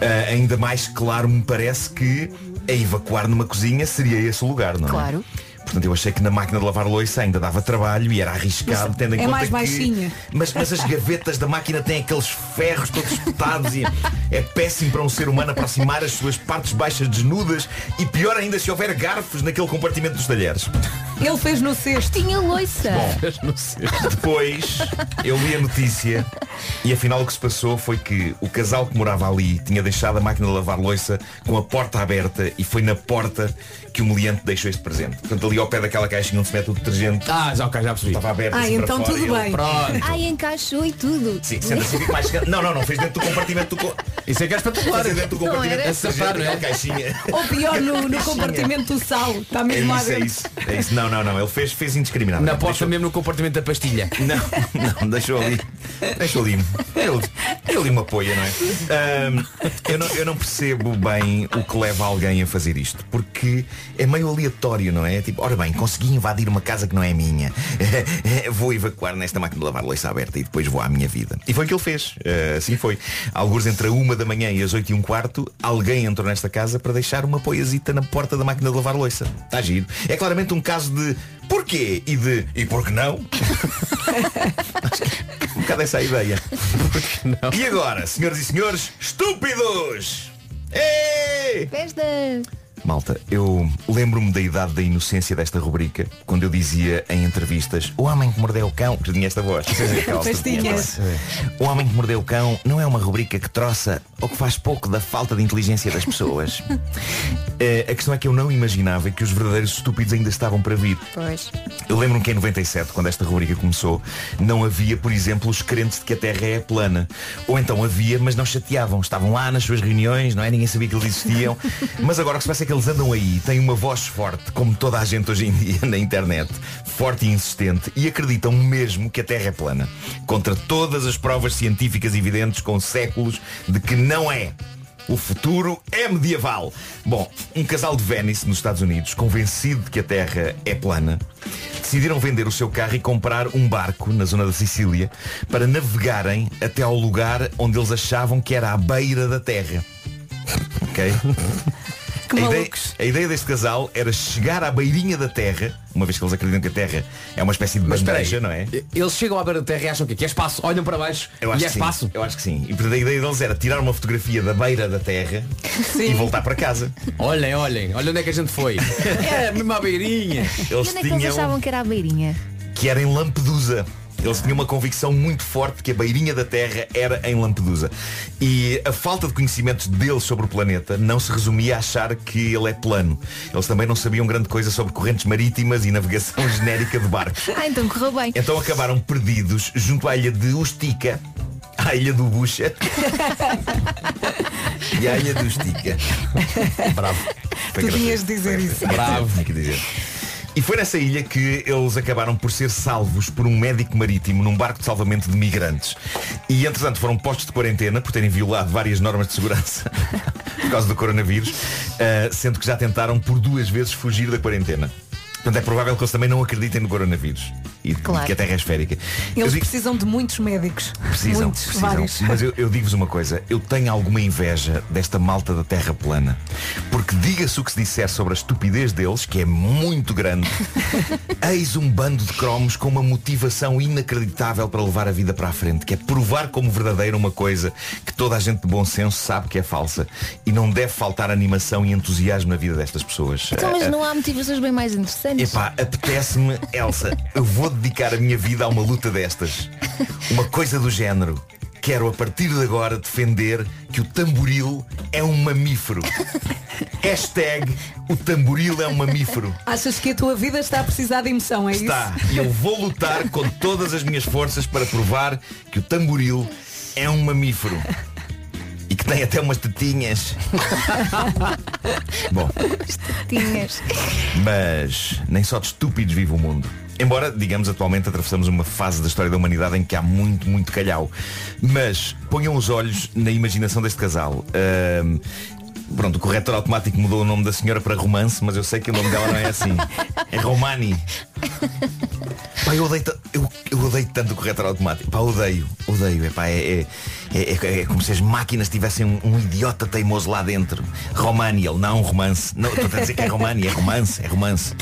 Speaker 12: ah, ainda mais claro me parece que a evacuar numa cozinha seria esse o lugar, não é?
Speaker 5: Claro.
Speaker 12: Portanto, eu achei que na máquina de lavar louça ainda dava trabalho e era arriscado, tendo
Speaker 4: é
Speaker 12: em conta
Speaker 4: mais
Speaker 12: que...
Speaker 4: baixinha.
Speaker 12: Mas, mas as gavetas da máquina têm aqueles ferros todos espetados e é péssimo para um ser humano aproximar as suas partes baixas desnudas e pior ainda se houver garfos naquele compartimento dos talheres.
Speaker 4: Ele fez no cesto.
Speaker 5: Tinha loiça.
Speaker 6: Tá.
Speaker 12: Depois eu li a notícia e afinal o que se passou foi que o casal que morava ali tinha deixado a máquina de lavar louça com a porta aberta e foi na porta que o meliante deixou este presente. Portanto, ali ao pé daquela caixinha onde se mete o detergente
Speaker 6: Ah, já, ok, já percebi.
Speaker 12: Estava aberto
Speaker 4: Ah,
Speaker 12: assim para
Speaker 4: então
Speaker 12: fora
Speaker 4: tudo
Speaker 12: e ele-
Speaker 4: bem.
Speaker 6: Pronto.
Speaker 5: Ai, encaixou e tudo.
Speaker 12: Sim, sendo assim fica mais... Não, não, não, fez dentro do compartimento do... co-
Speaker 6: Isso é que é espetacular.
Speaker 12: Fez dentro do compartimento
Speaker 5: era?
Speaker 12: do sargento, aquela
Speaker 6: é?
Speaker 12: caixinha.
Speaker 4: Ou pior, no, no compartimento do sal. Está
Speaker 12: É
Speaker 4: mesmo lá
Speaker 12: isso, é
Speaker 4: dentro.
Speaker 12: isso, é isso. Não, não, não, ele fez, fez indiscriminado.
Speaker 6: Na porta mesmo no compartimento da pastilha.
Speaker 12: Não, não, deixou ali. Deixou ali. Ele, ele me apoia, não é? Ahm, eu, não, eu não percebo bem o que leva alguém a fazer isto, porque é meio aleatório, não é? Tipo, ora bem, consegui invadir uma casa que não é minha. vou evacuar nesta máquina de lavar louça aberta e depois vou à minha vida. E foi o que ele fez. Ah, assim foi. Alguns entre a uma da manhã e as oito e um quarto, alguém entrou nesta casa para deixar uma poiazita na porta da máquina de lavar louça. Está giro. É claramente um caso de porquê e de e porque não? Um bocado essa a ideia. E agora, senhoras e senhores, estúpidos! Ei!
Speaker 5: Festa.
Speaker 12: Malta, eu lembro-me da idade da inocência desta rubrica, quando eu dizia em entrevistas, o homem que mordeu o cão, que tinha esta voz. Aquela voz que tinha, não é?
Speaker 4: Pastinhas.
Speaker 12: O homem que mordeu o cão não é uma rubrica que troça ou que faz pouco da falta de inteligência das pessoas. Eh, a questão é que eu não imaginava que os verdadeiros estúpidos ainda estavam para vir.
Speaker 5: Pois.
Speaker 12: Eu lembro-me que em 97, quando esta rubrica começou, não havia, por exemplo, os crentes de que a Terra é plana. Ou então havia, mas não chateavam. Estavam lá nas suas reuniões, não é? Ninguém sabia que eles existiam. mas agora o que se passa é que eles andam aí, têm uma voz forte, como toda a gente hoje em dia na internet, forte e insistente, e acreditam mesmo que a Terra é plana. Contra todas as provas científicas evidentes com séculos de que não é. O futuro é medieval. Bom, um casal de Venice, nos Estados Unidos, convencido de que a Terra é plana, decidiram vender o seu carro e comprar um barco na zona da Sicília para navegarem até ao lugar onde eles achavam que era a beira da Terra. Ok?
Speaker 4: Que
Speaker 12: a, ideia,
Speaker 4: malucos.
Speaker 12: a ideia deste casal era chegar à beirinha da Terra, uma vez que eles acreditam que a Terra é uma espécie de
Speaker 6: Mas espera aí.
Speaker 12: bandeja, não é?
Speaker 6: Eles chegam à beira da terra e acham que aqui é espaço. Olham para baixo
Speaker 12: Eu
Speaker 6: e
Speaker 12: acho
Speaker 6: é
Speaker 12: que sim.
Speaker 6: espaço.
Speaker 12: Eu acho que sim. E portanto a ideia deles era tirar uma fotografia da beira da Terra e voltar para casa.
Speaker 6: Olhem, olhem. Olhem onde é que a gente foi. É a mesma beirinha.
Speaker 5: E
Speaker 12: Eles
Speaker 5: onde é que eles achavam que era a beirinha?
Speaker 12: que era em Lampedusa. Eles tinham uma convicção muito forte que a beirinha da Terra era em Lampedusa. E a falta de conhecimentos deles sobre o planeta não se resumia a achar que ele é plano. Eles também não sabiam grande coisa sobre correntes marítimas e navegação genérica de barcos.
Speaker 5: Ah, então correu bem.
Speaker 12: Então acabaram perdidos junto à ilha de Ustica, à ilha do Bucha e à ilha de Ustica. Bravo. Foi
Speaker 4: Tu
Speaker 12: gratuito.
Speaker 4: tinhas de dizer
Speaker 12: Foi-
Speaker 4: isso.
Speaker 12: foi gratuito,
Speaker 6: Bravo.
Speaker 12: tinha que dizer. E foi nessa ilha que eles acabaram por ser salvos por um médico marítimo num barco de salvamento de migrantes. E entretanto foram postos de quarentena por terem violado várias normas de segurança por causa do coronavírus, ah, sendo que já tentaram por duas vezes fugir da quarentena. Portanto, é provável que eles também não acreditem no coronavírus e
Speaker 5: Claro.
Speaker 12: e que a Terra é esférica. Eu
Speaker 4: Eles
Speaker 12: digo-
Speaker 4: precisam de muitos médicos.
Speaker 12: Precisam,
Speaker 4: muitos,
Speaker 12: precisam.
Speaker 4: vários.
Speaker 12: Mas eu, eu digo-vos uma coisa, eu tenho alguma inveja desta malta da Terra plana. Porque diga-se o que se disser sobre a estupidez deles, que é muito grande, eis um bando de cromos com uma motivação inacreditável para levar a vida para a frente, que é provar como verdadeira uma coisa que toda a gente de bom senso sabe que é falsa. E não deve faltar animação e entusiasmo na vida destas pessoas. É,
Speaker 5: Então, mas não há motivações bem mais interessantes.
Speaker 12: Epá, apetece-me, Elsa, eu vou dedicar a minha vida a uma luta destas. uma coisa do género. Quero a partir de agora defender que o tamboril é um mamífero. Hashtag o tamboril é um mamífero.
Speaker 4: Achas que a tua vida está a precisar de emoção, é
Speaker 12: Está. E eu vou lutar com todas as minhas forças para provar que o tamboril é um mamífero. E que tem até umas tetinhas. Bom,
Speaker 5: Tinhas.
Speaker 12: mas nem só de estúpidos vive o mundo. Embora, digamos, atualmente atravessamos uma fase da história da humanidade em que há muito, muito calhau. Mas ponham os olhos na imaginação deste casal. Ahm, pronto, o corretor automático mudou o nome da senhora para romance, mas eu sei que o nome dela não é assim. É Romani. Pá, eu odeio, ta- eu, eu odeio tanto o corretor automático. Pá, odeio, odeio. É, pá, é, é, é- é- é como se as máquinas tivessem um, um idiota teimoso lá dentro. Romani, ele não, romance. Não, estou a dizer que é Romani, é romance, é romance.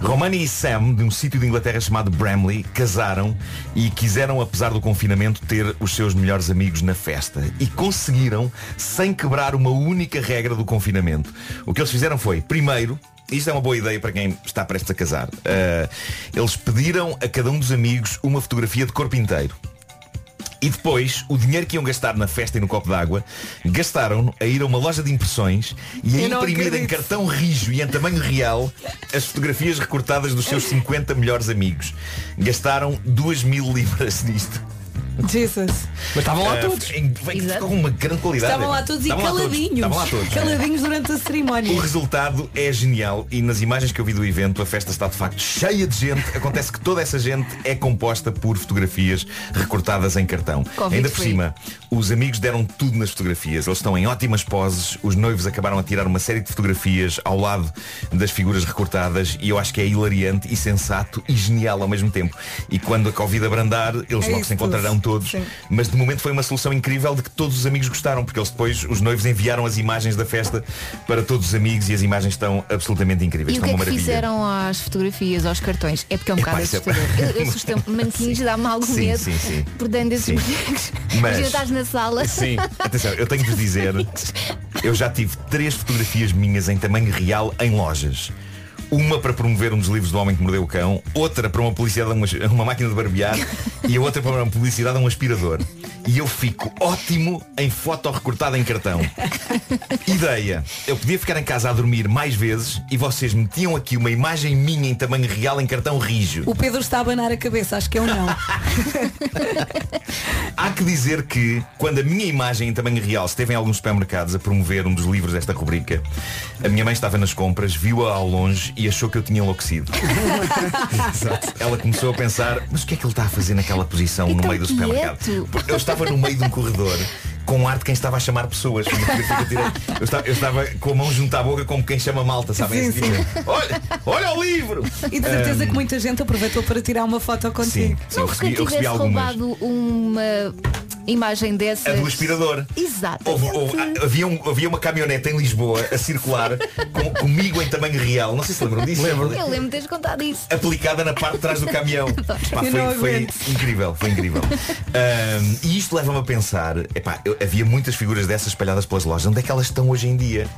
Speaker 12: Romani e Sam, de um sítio de Inglaterra chamado Bramley, casaram e quiseram, apesar do confinamento, ter os seus melhores amigos na festa. E conseguiram sem quebrar uma única regra do confinamento. O que eles fizeram foi, primeiro, isto é uma boa ideia para quem está prestes a casar. Ah, eles pediram a cada um dos amigos uma fotografia de corpo inteiro. E depois, o dinheiro que iam gastar na festa e no copo d'água, gastaram-no a ir a uma loja de impressões e a
Speaker 10: Eu não
Speaker 12: imprimir em
Speaker 10: acredito.
Speaker 12: cartão rijo e em tamanho real as fotografias recortadas dos seus 50 melhores amigos. Gastaram 2 mil libras Ah, nisto.
Speaker 4: Jesus.
Speaker 12: Mas estavam
Speaker 4: lá todos.
Speaker 12: é Com uma grande qualidade.
Speaker 4: Estavam lá todos e
Speaker 12: Estavam lá todos.
Speaker 4: caladinhos.
Speaker 12: Estavam lá todos.
Speaker 4: Caladinhos durante a cerimónia.
Speaker 12: O resultado é genial e nas imagens que eu vi do evento a festa está de facto cheia de gente. Acontece que toda essa gente é composta por fotografias recortadas em cartão.
Speaker 10: Covid
Speaker 12: Ainda por
Speaker 10: free.
Speaker 12: cima, os amigos deram tudo nas fotografias. Eles estão em ótimas poses. Os noivos acabaram a tirar uma série de fotografias ao lado das figuras recortadas e eu acho que é hilariante e sensato e genial ao mesmo tempo. E quando a Covid abrandar, eles
Speaker 10: É
Speaker 12: logo
Speaker 10: isso
Speaker 12: se encontrarão
Speaker 10: tudo.
Speaker 12: todos.
Speaker 10: Sim.
Speaker 12: Mas de momento foi uma solução incrível de que todos os amigos gostaram, porque eles depois, os noivos enviaram as imagens da festa para todos os amigos e as imagens estão absolutamente incríveis.
Speaker 5: E o que
Speaker 12: Estão
Speaker 5: é
Speaker 12: uma
Speaker 5: que
Speaker 12: maravilha.
Speaker 5: fizeram às fotografias, aos cartões? É porque é um
Speaker 12: Epá,
Speaker 5: bocado
Speaker 12: isso é-
Speaker 5: assustador. Eu, um eu assusto manquinhos, dá-me algum
Speaker 12: Sim,
Speaker 5: medo.
Speaker 12: sim, sim.
Speaker 5: Portanto, esses
Speaker 12: Sim.
Speaker 5: bonecos.
Speaker 12: Mas-
Speaker 5: Imagina, estás na sala.
Speaker 12: Sim, atenção, eu tenho que vos dizer, eu já tive três fotografias minhas em tamanho real em lojas. Uma para promover um dos livros do Homem que Mordeu o Cão, outra para uma publicidade a uma, a uma máquina de barbear e a outra para uma publicidade a um aspirador. E eu fico ótimo em foto recortada em cartão. Ideia, eu podia ficar em casa a dormir mais vezes e vocês metiam aqui uma imagem minha em tamanho real em cartão rijo.
Speaker 4: O Pedro está a abanar a cabeça, acho que eu não.
Speaker 12: Há que dizer que quando a minha imagem em tamanho real esteve em alguns supermercados a promover um dos livros desta rubrica, a minha mãe estava nas compras, viu-a ao longe e achou que eu tinha enlouquecido. Exato. Ela começou a pensar, mas o que é que ele está a fazer naquela posição
Speaker 4: Então
Speaker 12: no meio do supermercado?
Speaker 10: quieto.
Speaker 12: Porque Eu estava no meio de um corredor com ar de quem estava a chamar pessoas. Uma fotografia que eu, tirei. Eu estava, eu estava com a mão junto à boca como quem chama malta, sabem?
Speaker 4: Sim,
Speaker 12: Esse
Speaker 4: sim.
Speaker 12: tipo. Olha, olha o livro!
Speaker 4: E de certeza
Speaker 12: Ahm,
Speaker 4: que muita gente aproveitou para tirar uma foto contigo.
Speaker 12: sim, eu recebi, eu recebi
Speaker 5: tivesse
Speaker 12: algumas.
Speaker 5: roubado uma imagem dessa.
Speaker 12: A do aspirador.
Speaker 5: Exato.
Speaker 12: Houve- houve- ah, havia, um- havia uma caminhoneta em Lisboa a circular com- comigo em tamanho real. Não sei se lembram disso.
Speaker 5: Eu lembro de teres contado isso.
Speaker 12: Aplicada na parte de trás do caminhão. Pá,
Speaker 5: Eu
Speaker 12: foi,
Speaker 5: não
Speaker 12: foi
Speaker 5: aguento.
Speaker 12: incrível, foi incrível. Ahm, e isto leva-me a pensar, epá, eu- havia muitas figuras dessas espalhadas pelas lojas. Onde é que elas estão hoje em dia?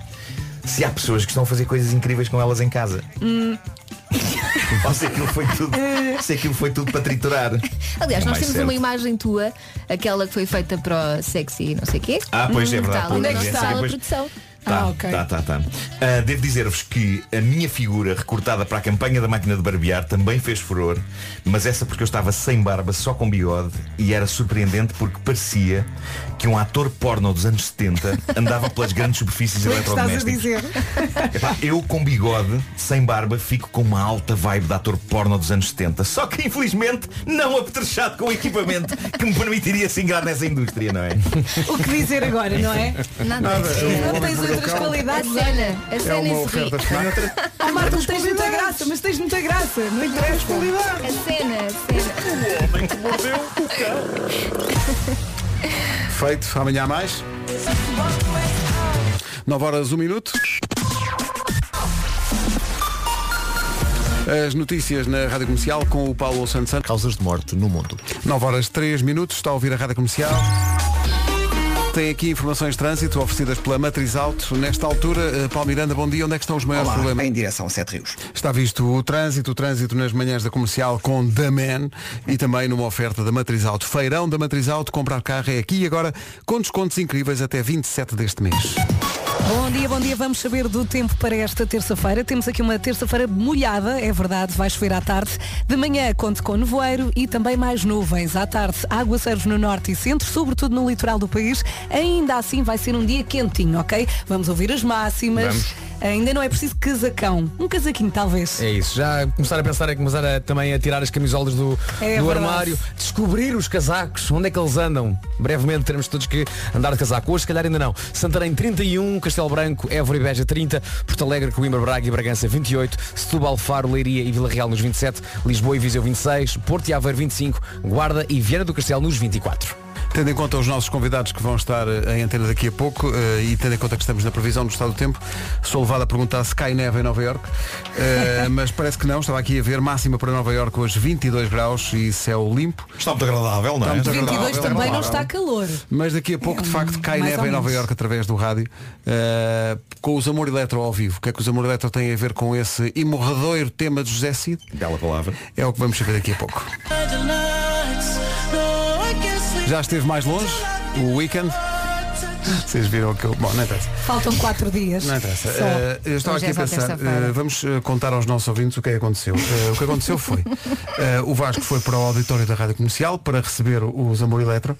Speaker 12: Se há pessoas que estão a fazer coisas incríveis com elas em casa.
Speaker 5: Hum.
Speaker 12: Ou se aquilo foi tudo, se aquilo foi tudo para triturar.
Speaker 5: Aliás, nós
Speaker 12: É mais
Speaker 5: temos
Speaker 12: certo.
Speaker 5: uma imagem tua, aquela que foi feita para o sexy e não sei o quê. Hum, tá,
Speaker 12: Ah, pois, é
Speaker 5: Que
Speaker 12: verdade,
Speaker 5: Está ali
Speaker 12: pois,
Speaker 5: na
Speaker 12: é,
Speaker 5: nossa
Speaker 12: essa
Speaker 5: sala de
Speaker 12: depois-
Speaker 5: produção.
Speaker 12: Tá,
Speaker 4: Ah,
Speaker 12: tá, tá, tá. Ah, devo dizer-vos que a minha figura recortada para a campanha da máquina de barbear também fez furor, mas essa porque eu estava sem barba, só com bigode, e era surpreendente porque parecia que um ator porno dos anos 70 andava pelas grandes superfícies
Speaker 4: O que é que estás a
Speaker 12: eletrodomésticas.
Speaker 4: dizer?
Speaker 12: Epá, eu com bigode, sem barba, fico com uma alta vibe de ator porno dos anos 70. Só que infelizmente não apetrechado com equipamento que me permitiria se ingrar nessa indústria, não é?
Speaker 4: O que dizer agora, não é?
Speaker 12: Nada. Nada.
Speaker 4: Não tens outras qualidades, olha.
Speaker 5: A
Speaker 12: cena É uma em si. oferta
Speaker 4: Oh, Marco,
Speaker 12: é
Speaker 4: tens muita graça, mas tens muita graça. Não interessa.
Speaker 5: A cena, a cena.
Speaker 10: O homem que mordeu o cão.
Speaker 2: Feito, amanhã há mais. 9 horas, 1 minuto. As notícias na Rádio Comercial com o Paulo Santos. Santos.
Speaker 1: Causas de morte no mundo.
Speaker 2: 9 horas, 3 minutos. Está a ouvir a Rádio Comercial. Tem aqui informações de trânsito oferecidas pela Matriz Auto. Nesta altura, eh, Paulo Miranda, bom dia. Onde é que estão os maiores
Speaker 3: Olá,
Speaker 2: problemas?
Speaker 3: Em direção a Sete Rios.
Speaker 2: Está visto o trânsito, o trânsito nas manhãs da comercial com The Man e também numa oferta da Matriz Auto. Feirão da Matriz Auto, comprar carro é aqui e agora com descontos incríveis até 27 deste mês.
Speaker 4: Bom dia, bom dia. Vamos saber do tempo para esta terça-feira. Temos aqui uma terça-feira molhada, é verdade, vai chover à tarde. De manhã conte com nevoeiro e também mais nuvens. À tarde, aguaceiros no norte e centro, sobretudo no litoral do país. Ainda assim vai ser um dia quentinho, ok? Vamos ouvir as máximas.
Speaker 6: Vamos.
Speaker 4: Ainda não é preciso casacão. Um casaquinho talvez.
Speaker 6: É isso, já começar a pensar em começar a, também a tirar as camisolas do,
Speaker 4: É
Speaker 6: do
Speaker 4: verdade.
Speaker 6: armário, descobrir os casacos, onde é que eles andam. Brevemente teremos todos que andar de casaco. Hoje, se calhar ainda não. Santarém 31, Castelo Branco, Évora e Beja 30, Porto Alegre, Coimbra, Braga e Bragança 28, Setúbal, Faro, Leiria e Vila Real nos 27, Lisboa e Viseu 26, Porto e Aveiro 25, Guarda e Viana do Castelo nos 24.
Speaker 2: Tendo em conta os nossos convidados que vão estar eh, em antena daqui a pouco eh, e tendo em conta que estamos na previsão do estado do tempo, sou levado a perguntar se cai neve em Nova York, mas parece que não. Estava aqui a ver máxima para Nova York hoje 22 graus e céu limpo.
Speaker 12: Está muito agradável, não é?
Speaker 2: Está muito
Speaker 4: 22
Speaker 2: agradável,
Speaker 4: também não
Speaker 2: agradável.
Speaker 4: está calor.
Speaker 2: Mas daqui a pouco, de facto, cai
Speaker 4: É, mais
Speaker 2: neve
Speaker 4: ou
Speaker 2: em Nova
Speaker 4: menos.
Speaker 2: Iorque através do rádio. eh, com os Amor Eletro ao vivo. O que é que os Amor Eletro têm a ver com esse imorradoiro tema de José Cid?
Speaker 12: Bela palavra.
Speaker 2: É o que vamos saber daqui a pouco. Já esteve mais longe, o weekend. Vocês viram que eu... Bom, não interessa.
Speaker 4: Faltam quatro dias.
Speaker 2: Não interessa.
Speaker 4: Só.
Speaker 2: Eh, eu estava
Speaker 4: Hoje
Speaker 2: aqui
Speaker 4: é
Speaker 2: a
Speaker 4: só
Speaker 2: pensar,
Speaker 4: terça-feira.
Speaker 2: eh, vamos eh, contar aos nossos ouvintes o que é que aconteceu. Eh, o que aconteceu foi, eh, o Vasco foi para o auditório da Rádio Comercial para receber os Amor Eletro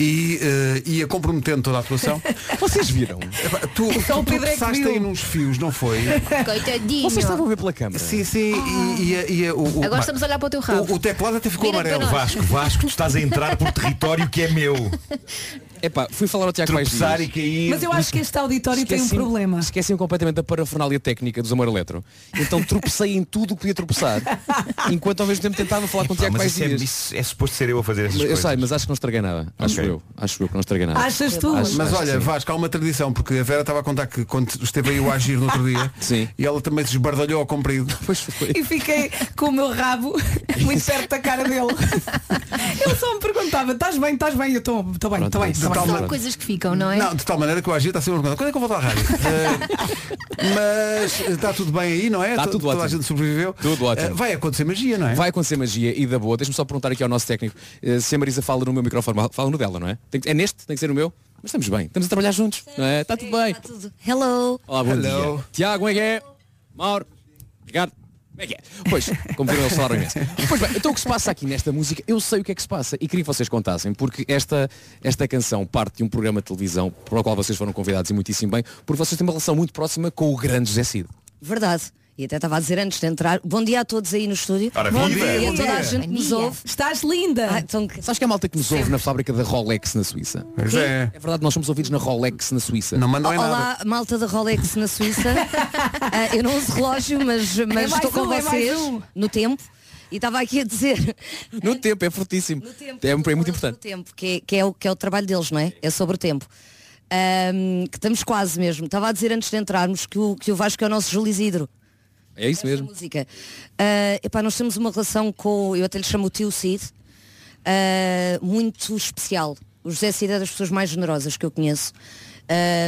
Speaker 2: e eh, ia comprometendo toda a atuação.
Speaker 6: Vocês viram?
Speaker 2: Tu,
Speaker 6: Só o
Speaker 2: tu, tu
Speaker 6: Pedro é que
Speaker 2: passaste
Speaker 6: viu.
Speaker 2: aí nos fios, não foi?
Speaker 12: tá.
Speaker 5: Coitadinho.
Speaker 6: a ver pela câmera.
Speaker 2: Sim, sim, e, e, e, o, o-
Speaker 5: Agora estamos a olhar para o teu rabo.
Speaker 2: o, o teclado até ficou
Speaker 5: Vira para
Speaker 2: amarelo.
Speaker 5: nós.
Speaker 12: Vasco, Vasco, tu estás a entrar por território que é meu.
Speaker 6: Epá, fui falar ao Tiago
Speaker 12: Tropeçar
Speaker 6: Paixão.
Speaker 12: e cair.
Speaker 4: Mas eu acho que este auditório tem um
Speaker 6: Esqueci-me-
Speaker 4: problema.
Speaker 6: Esqueci-me completamente da parafernália técnica dos Amor Eletro. Então tropecei em tudo o que podia tropeçar. enquanto ao mesmo tempo tentava falar com o
Speaker 12: Pá,
Speaker 6: Tiago
Speaker 12: mas isso é,
Speaker 6: Paixão.
Speaker 12: isso é suposto ser eu a fazer essas
Speaker 6: Eu
Speaker 12: coisas.
Speaker 6: sei, mas acho que não estraguei nada. Acho
Speaker 12: Ok.
Speaker 6: eu. Acho eu que não estraguei nada.
Speaker 4: Achas tu?
Speaker 6: Acho-
Speaker 2: Mas
Speaker 6: acho
Speaker 2: olha,
Speaker 6: que sim.
Speaker 2: Vasco, há uma tradição, porque a Vera estava a contar que quando esteve aí o agir no outro dia
Speaker 6: Sim.
Speaker 2: e ela também se esbardalhou ao comprido.
Speaker 6: Pois foi.
Speaker 4: e fiquei com o meu rabo muito perto da cara dele. Ele só me perguntava, estás bem, estás bem, eu estou estou bem, estou bem.
Speaker 2: de
Speaker 4: estou bem."
Speaker 2: tal
Speaker 5: São
Speaker 2: ma-
Speaker 5: coisas que ficam, não é?
Speaker 2: Não, de tal maneira que o agir está sempre a perguntar, quando é que eu volto à rádio? Eh, mas está tudo bem aí, não é?
Speaker 6: Está
Speaker 2: To-
Speaker 6: tudo
Speaker 2: Toda a
Speaker 6: ótimo.
Speaker 2: gente sobreviveu.
Speaker 6: Tudo ótimo.
Speaker 2: Eh, vai acontecer magia, não é?
Speaker 6: Vai acontecer magia e da boa. Deixa-me só perguntar aqui ao nosso técnico. eh, Se a Marisa fala no meu microfone, fala no dela, não é? Tem que- É neste? Tem que ser no meu? Mas estamos bem. Estamos a trabalhar juntos, não é? Está tudo bem.
Speaker 5: Hello.
Speaker 6: Olá, bom
Speaker 2: Hello.
Speaker 6: dia. Tiago, como é que é? Mauro, Ricardo, como é que é? Pois, como viram, eles falaram imenso. Pois bem, então o que se passa aqui nesta música, eu sei o que é que se passa e queria que vocês contassem, porque esta, esta canção parte de um programa de televisão para o qual vocês foram convidados e muitíssimo bem, porque vocês têm uma relação muito próxima com o grande José Cid.
Speaker 13: Verdade. E até estava a dizer antes de entrar, bom dia a todos aí no estúdio.
Speaker 12: Ora,
Speaker 13: bom
Speaker 12: bom
Speaker 13: dia,
Speaker 12: dia,
Speaker 13: a
Speaker 12: bom
Speaker 13: toda a
Speaker 12: dia.
Speaker 13: gente que nos
Speaker 5: Bom dia.
Speaker 13: ouve.
Speaker 4: Estás linda.
Speaker 13: Ah, então que-
Speaker 6: Sabes que é a malta que nos ouve na fábrica da Rolex na Suíça?
Speaker 2: Pois é.
Speaker 6: É verdade, nós somos ouvidos na Rolex na Suíça. Ah,
Speaker 2: Não mandam em nada.
Speaker 13: Olá, malta da Rolex na Suíça. Ah, eu não uso relógio, mas, mas
Speaker 4: mais
Speaker 13: estou com
Speaker 4: um, é mais
Speaker 13: vocês
Speaker 4: um.
Speaker 13: no tempo. E estava aqui a dizer.
Speaker 6: No tempo, é fortíssimo.
Speaker 13: No tempo,
Speaker 6: é, é
Speaker 13: sobre
Speaker 6: muito
Speaker 13: eles
Speaker 6: importante.
Speaker 13: no tempo, que, é, que é o, que é o trabalho deles, não é? É sobre o tempo. Ahm, que estamos quase mesmo. Estava a dizer antes de entrarmos que o, que o Vasco é o nosso Júlio Isidro.
Speaker 6: É isso
Speaker 13: Esta
Speaker 6: mesmo.
Speaker 13: música. Ah, epá, nós temos uma relação com, eu até lhe chamo o tio Cid, ah, muito especial. O José Cid é das pessoas mais generosas que eu conheço.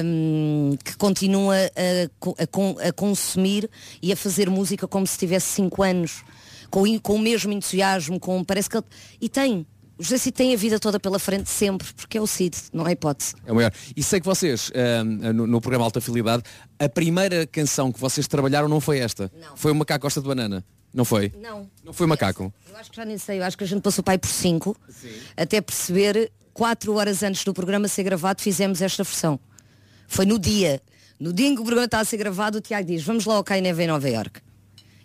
Speaker 13: ahm, que continua a, co- a con- a consumir e a fazer música como se tivesse 5 anos, com, in- com o mesmo entusiasmo, com parece que ele, e tem, o José Cid tem a vida toda pela frente sempre, porque é o Cid, não há hipótese.
Speaker 6: É o maior. E sei que vocês, ahm, no, no programa Alta Fidelidade, a primeira canção que vocês trabalharam não foi esta.
Speaker 13: Não.
Speaker 6: Foi o Macaco Costa de Banana. Não foi?
Speaker 13: Não.
Speaker 6: Não foi o Macaco.
Speaker 13: Eu acho que já nem sei, eu acho que a gente passou pai por 5 até perceber, quatro horas antes do programa ser gravado, fizemos esta versão. Foi no dia. No dia em que o programa está a ser gravado, o Tiago diz, vamos lá ao Cai Neve em Nova York.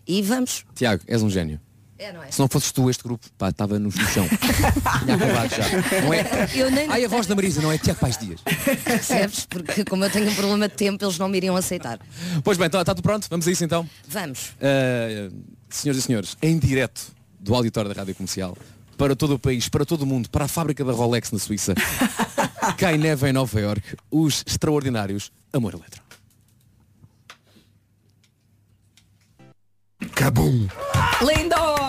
Speaker 13: E vamos.
Speaker 6: Tiago, és um gênio.
Speaker 13: É, não é?
Speaker 6: Se não fosses tu este grupo, pá, estava no chão. Tinha acabado já. Não é?
Speaker 13: Eu nem-
Speaker 6: Ai, a voz da Marisa, não é Tiago Pais Dias.
Speaker 13: Percebes? Porque como eu tenho um problema de tempo, eles não me iriam aceitar.
Speaker 6: Pois bem, está tudo pronto? Vamos a isso então.
Speaker 13: Vamos.
Speaker 6: Uh, senhoras e senhores, em direto do auditório da Rádio Comercial, para todo o país, para todo o mundo, para a fábrica da Rolex na Suíça, cai neve em Nova Iorque, os extraordinários Amor Eletro.
Speaker 2: Cabum!
Speaker 4: Lindo!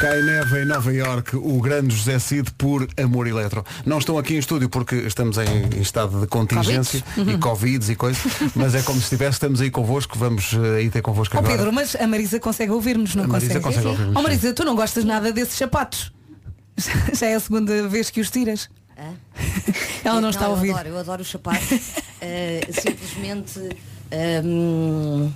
Speaker 2: Cai neve em Nova York, o grande José Cid por Amor Eletro. Não estão aqui em estúdio porque estamos em, em estado de contingência
Speaker 4: Covids.
Speaker 2: e Covid e coisas, mas é como se estivesse, estamos aí convosco, vamos eh, aí ter convosco
Speaker 4: Ó
Speaker 2: agora.
Speaker 4: oh, Pedro, mas a Marisa consegue ouvir-nos, não
Speaker 2: A Marisa
Speaker 4: consegue?
Speaker 2: consegue ouvir-nos,
Speaker 4: Ó
Speaker 2: sim.
Speaker 4: Marisa, tu não gostas nada desses sapatos? Já, já é a segunda vez que os tiras. Ela não está a ouvir.
Speaker 13: Eu adoro, eu adoro os sapatos. Eh, simplesmente ehm,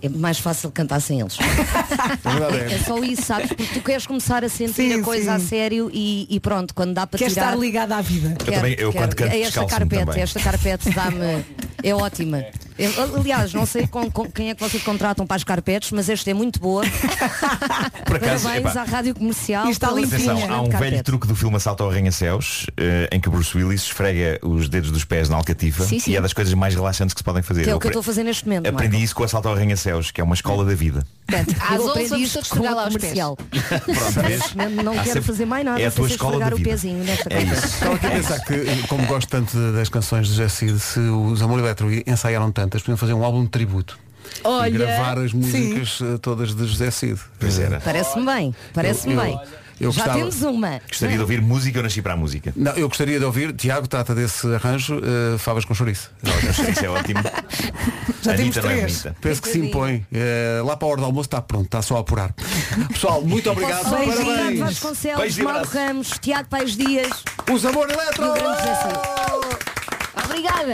Speaker 13: é mais fácil cantar sem eles.
Speaker 2: verdade,
Speaker 13: É só isso, sabes? Porque tu queres começar a sentir
Speaker 4: Sim,
Speaker 13: a coisa a
Speaker 4: sim.
Speaker 13: sério e, e pronto, quando dá para
Speaker 4: Quer
Speaker 13: tirar.
Speaker 4: estar ligada à vida.
Speaker 12: Eu também- eu quando canto
Speaker 13: É esta
Speaker 12: descalço-me
Speaker 13: carpete,
Speaker 12: também.
Speaker 13: esta carpete dá-me. É ótima. Eu- aliás, não sei com, com quem é que vocês contratam para as carpetes, mas esta é muito boa.
Speaker 12: Por acaso,
Speaker 13: Parabéns
Speaker 12: epá.
Speaker 13: à rádio comercial. pela
Speaker 12: Atenção, há um
Speaker 13: excelente
Speaker 12: velho
Speaker 13: carpete.
Speaker 12: truque do filme Assalto ao Arranha-Céus eh, em que o Bruce Willis esfrega os dedos dos pés na alcatifa
Speaker 13: Sim, sim.
Speaker 12: e é das coisas mais relaxantes que se podem fazer.
Speaker 13: Que é o que eu
Speaker 12: apre-
Speaker 13: estou a fazer neste momento.
Speaker 12: Aprendi isso com o Assalto ao Arranha-Céus, que é uma escola da vida.
Speaker 13: Portanto,
Speaker 5: Às
Speaker 13: eu
Speaker 5: 11
Speaker 13: aprendi
Speaker 5: vamos
Speaker 13: isto
Speaker 5: todos
Speaker 13: com
Speaker 5: chegar lá
Speaker 13: a
Speaker 5: aos pés.
Speaker 13: comercial.
Speaker 12: Pronto, vês?
Speaker 13: Não, não
Speaker 12: Há
Speaker 13: quero
Speaker 12: sempre-
Speaker 13: fazer mais nada,
Speaker 12: É a
Speaker 13: só
Speaker 12: tua
Speaker 13: sei
Speaker 12: escola
Speaker 13: esfregar
Speaker 12: da
Speaker 13: o
Speaker 12: vida.
Speaker 13: pezinho nesta
Speaker 12: é
Speaker 13: coisa.
Speaker 12: isso.
Speaker 2: Estava aqui a
Speaker 12: É
Speaker 2: pensar
Speaker 12: isso.
Speaker 2: que, como gosto tanto de- das canções de José Cid, se os Amor Eletro ensaiaram tantas, podiam fazer um álbum de tributo. E
Speaker 13: Olha,
Speaker 2: gravar as
Speaker 13: sim.
Speaker 2: músicas eh, todas de José Cid.
Speaker 12: Pois era.
Speaker 13: Parece-me bem, parece-me
Speaker 2: Eu- eu-
Speaker 13: bem.
Speaker 2: eu
Speaker 13: Já
Speaker 2: gostava-
Speaker 13: temos uma.
Speaker 12: Gostaria de ouvir música, eu nasci para a música.
Speaker 2: Não, eu gostaria de ouvir, Tiago trata desse arranjo, eh, favas com chouriço.
Speaker 12: Isso é ótimo.
Speaker 2: Já
Speaker 12: Anitta não é bonita.
Speaker 2: Penso que se impõe. Eh, lá para a hora do almoço está pronto, está só a apurar. Pessoal, muito obrigado.
Speaker 13: Posso- Ricardo
Speaker 2: Parabéns.
Speaker 13: Vasconcelos, Mauro Ramos, Tiago Paes Dias.
Speaker 2: Os Amor Eletro!
Speaker 13: E o grande José Cid. Obrigada.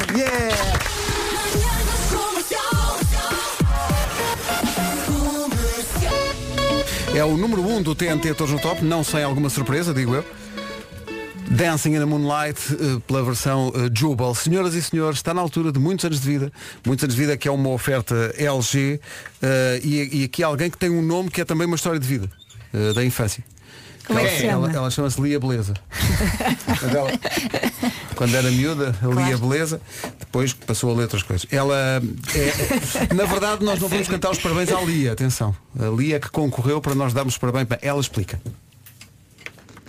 Speaker 2: É o número 1 um do TNT Todos no Top, não sem alguma surpresa, digo eu. Dancing in the Moonlight, eh, pela versão eh, Jubal. Senhoras e senhores, está na altura de muitos anos de vida. Muitos anos de vida que é uma oferta LG eh, e, e aqui alguém que tem um nome que é também uma história de vida, eh, da infância.
Speaker 4: Como é que
Speaker 2: ela,
Speaker 4: se chama?
Speaker 2: Ela, ela chama-se Lia Beleza. Mas ela- quando era miúda, ali a beleza, depois passou a ler outras coisas. Ela é- na verdade nós não vamos cantar os parabéns à Lia, atenção. A Lia que concorreu para nós darmos os parabéns. para- Ela explica.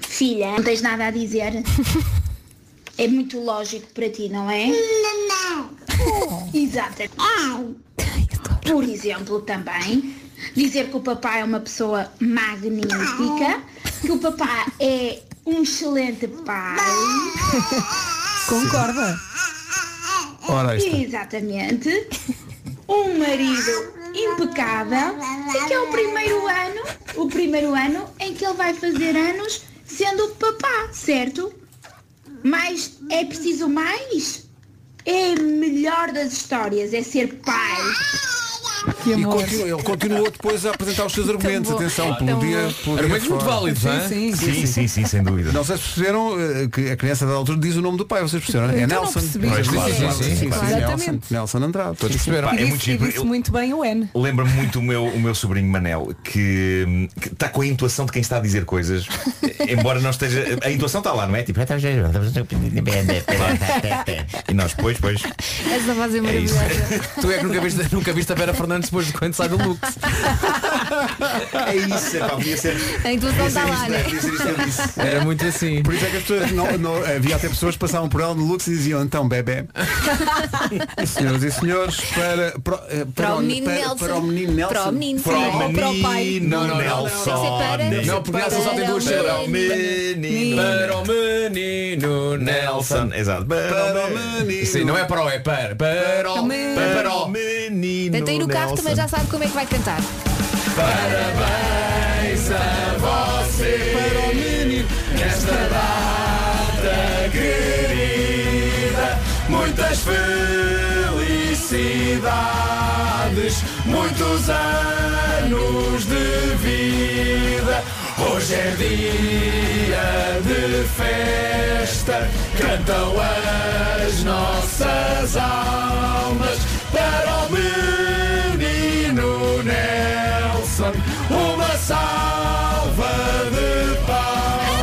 Speaker 14: Filha, não tens nada a dizer? é muito lógico para ti, não é? Não, não. Exato. Por exemplo, também, dizer que o papai é uma pessoa magnífica, que o papai é um excelente pai.
Speaker 4: Concorda?
Speaker 2: Ora, aí está.
Speaker 14: Exatamente. Um marido impecável e que é o primeiro ano, o primeiro ano em que ele vai fazer anos sendo papá, certo? Mas é preciso mais? É a melhor das histórias, é ser pai.
Speaker 2: e continua- ele continuou depois a apresentar os seus argumentos.
Speaker 14: bom.
Speaker 2: Atenção,
Speaker 14: Tão
Speaker 2: pelo
Speaker 14: bom.
Speaker 2: dia. Pelo dia
Speaker 10: Argumentos muito
Speaker 2: fora.
Speaker 10: válidos, Sim, não é? sim,
Speaker 12: sim, sim, sim, sim, sem dúvida.
Speaker 2: Não sei se perceberam eh, que a criança da altura diz o nome do pai, vocês perceberam? É
Speaker 4: Eu não
Speaker 2: Nelson.
Speaker 4: percebi.
Speaker 2: Pois,
Speaker 4: Sim,
Speaker 2: claro,
Speaker 4: sim,
Speaker 2: claro,
Speaker 4: sim,
Speaker 2: sim, sim,
Speaker 4: claro.
Speaker 2: sim,
Speaker 4: Exatamente.
Speaker 2: Nelson, Nelson Andrade. Todos perceberam.
Speaker 12: Pá, é
Speaker 4: e
Speaker 12: muito
Speaker 4: disse, e
Speaker 12: giro.
Speaker 4: disse
Speaker 12: Eu-
Speaker 4: muito bem o N.
Speaker 12: Lembra-me muito o meu, o meu sobrinho Manel, que que está com a intuação de quem está a dizer coisas, embora não esteja. A intuação está lá, não é? Tipo, e nós, pois, pois.
Speaker 5: Essa voz é
Speaker 12: É isso.
Speaker 5: maravilhosa.
Speaker 10: Tu é que nunca viste, nunca viste a Vera Fernandes depois de quando sai do Lux.
Speaker 12: É isso, é pá, podia ser.
Speaker 5: A intuação
Speaker 10: é
Speaker 5: está lá, né?
Speaker 10: Era muito assim.
Speaker 2: Por isso é que as pessoas não, não- havia até pessoas que passavam por ela no Lux e diziam então bebê. Senhoras e senhores, para, pro- eh, para,
Speaker 5: Para o
Speaker 2: o-
Speaker 5: menino
Speaker 2: para-
Speaker 5: Nelson.
Speaker 2: para o menino Nelson.
Speaker 5: Para o menino, Para o sim.
Speaker 12: para o pai.
Speaker 10: Não, não, não.
Speaker 12: Nelson.
Speaker 5: Tem que ser para-
Speaker 10: Não, porque
Speaker 5: para
Speaker 10: Nelson só tem duas
Speaker 5: o
Speaker 10: sílabas.
Speaker 12: menino.
Speaker 10: Para o menino Nelson.
Speaker 12: Exato.
Speaker 10: Para o menino. Sim, não é para o, é para. Para o
Speaker 5: Também.
Speaker 10: para, para o
Speaker 12: menino.
Speaker 5: Portanto, aí no carro também já sabe como é que vai cantar.
Speaker 10: Parabéns a você. Para o menino. Nesta data querida. Muitas felicidades. Muitos anos de vida. Hoje é dia de festa. Cantam as nossas almas para o menino Nelson. Uma salva de palmas.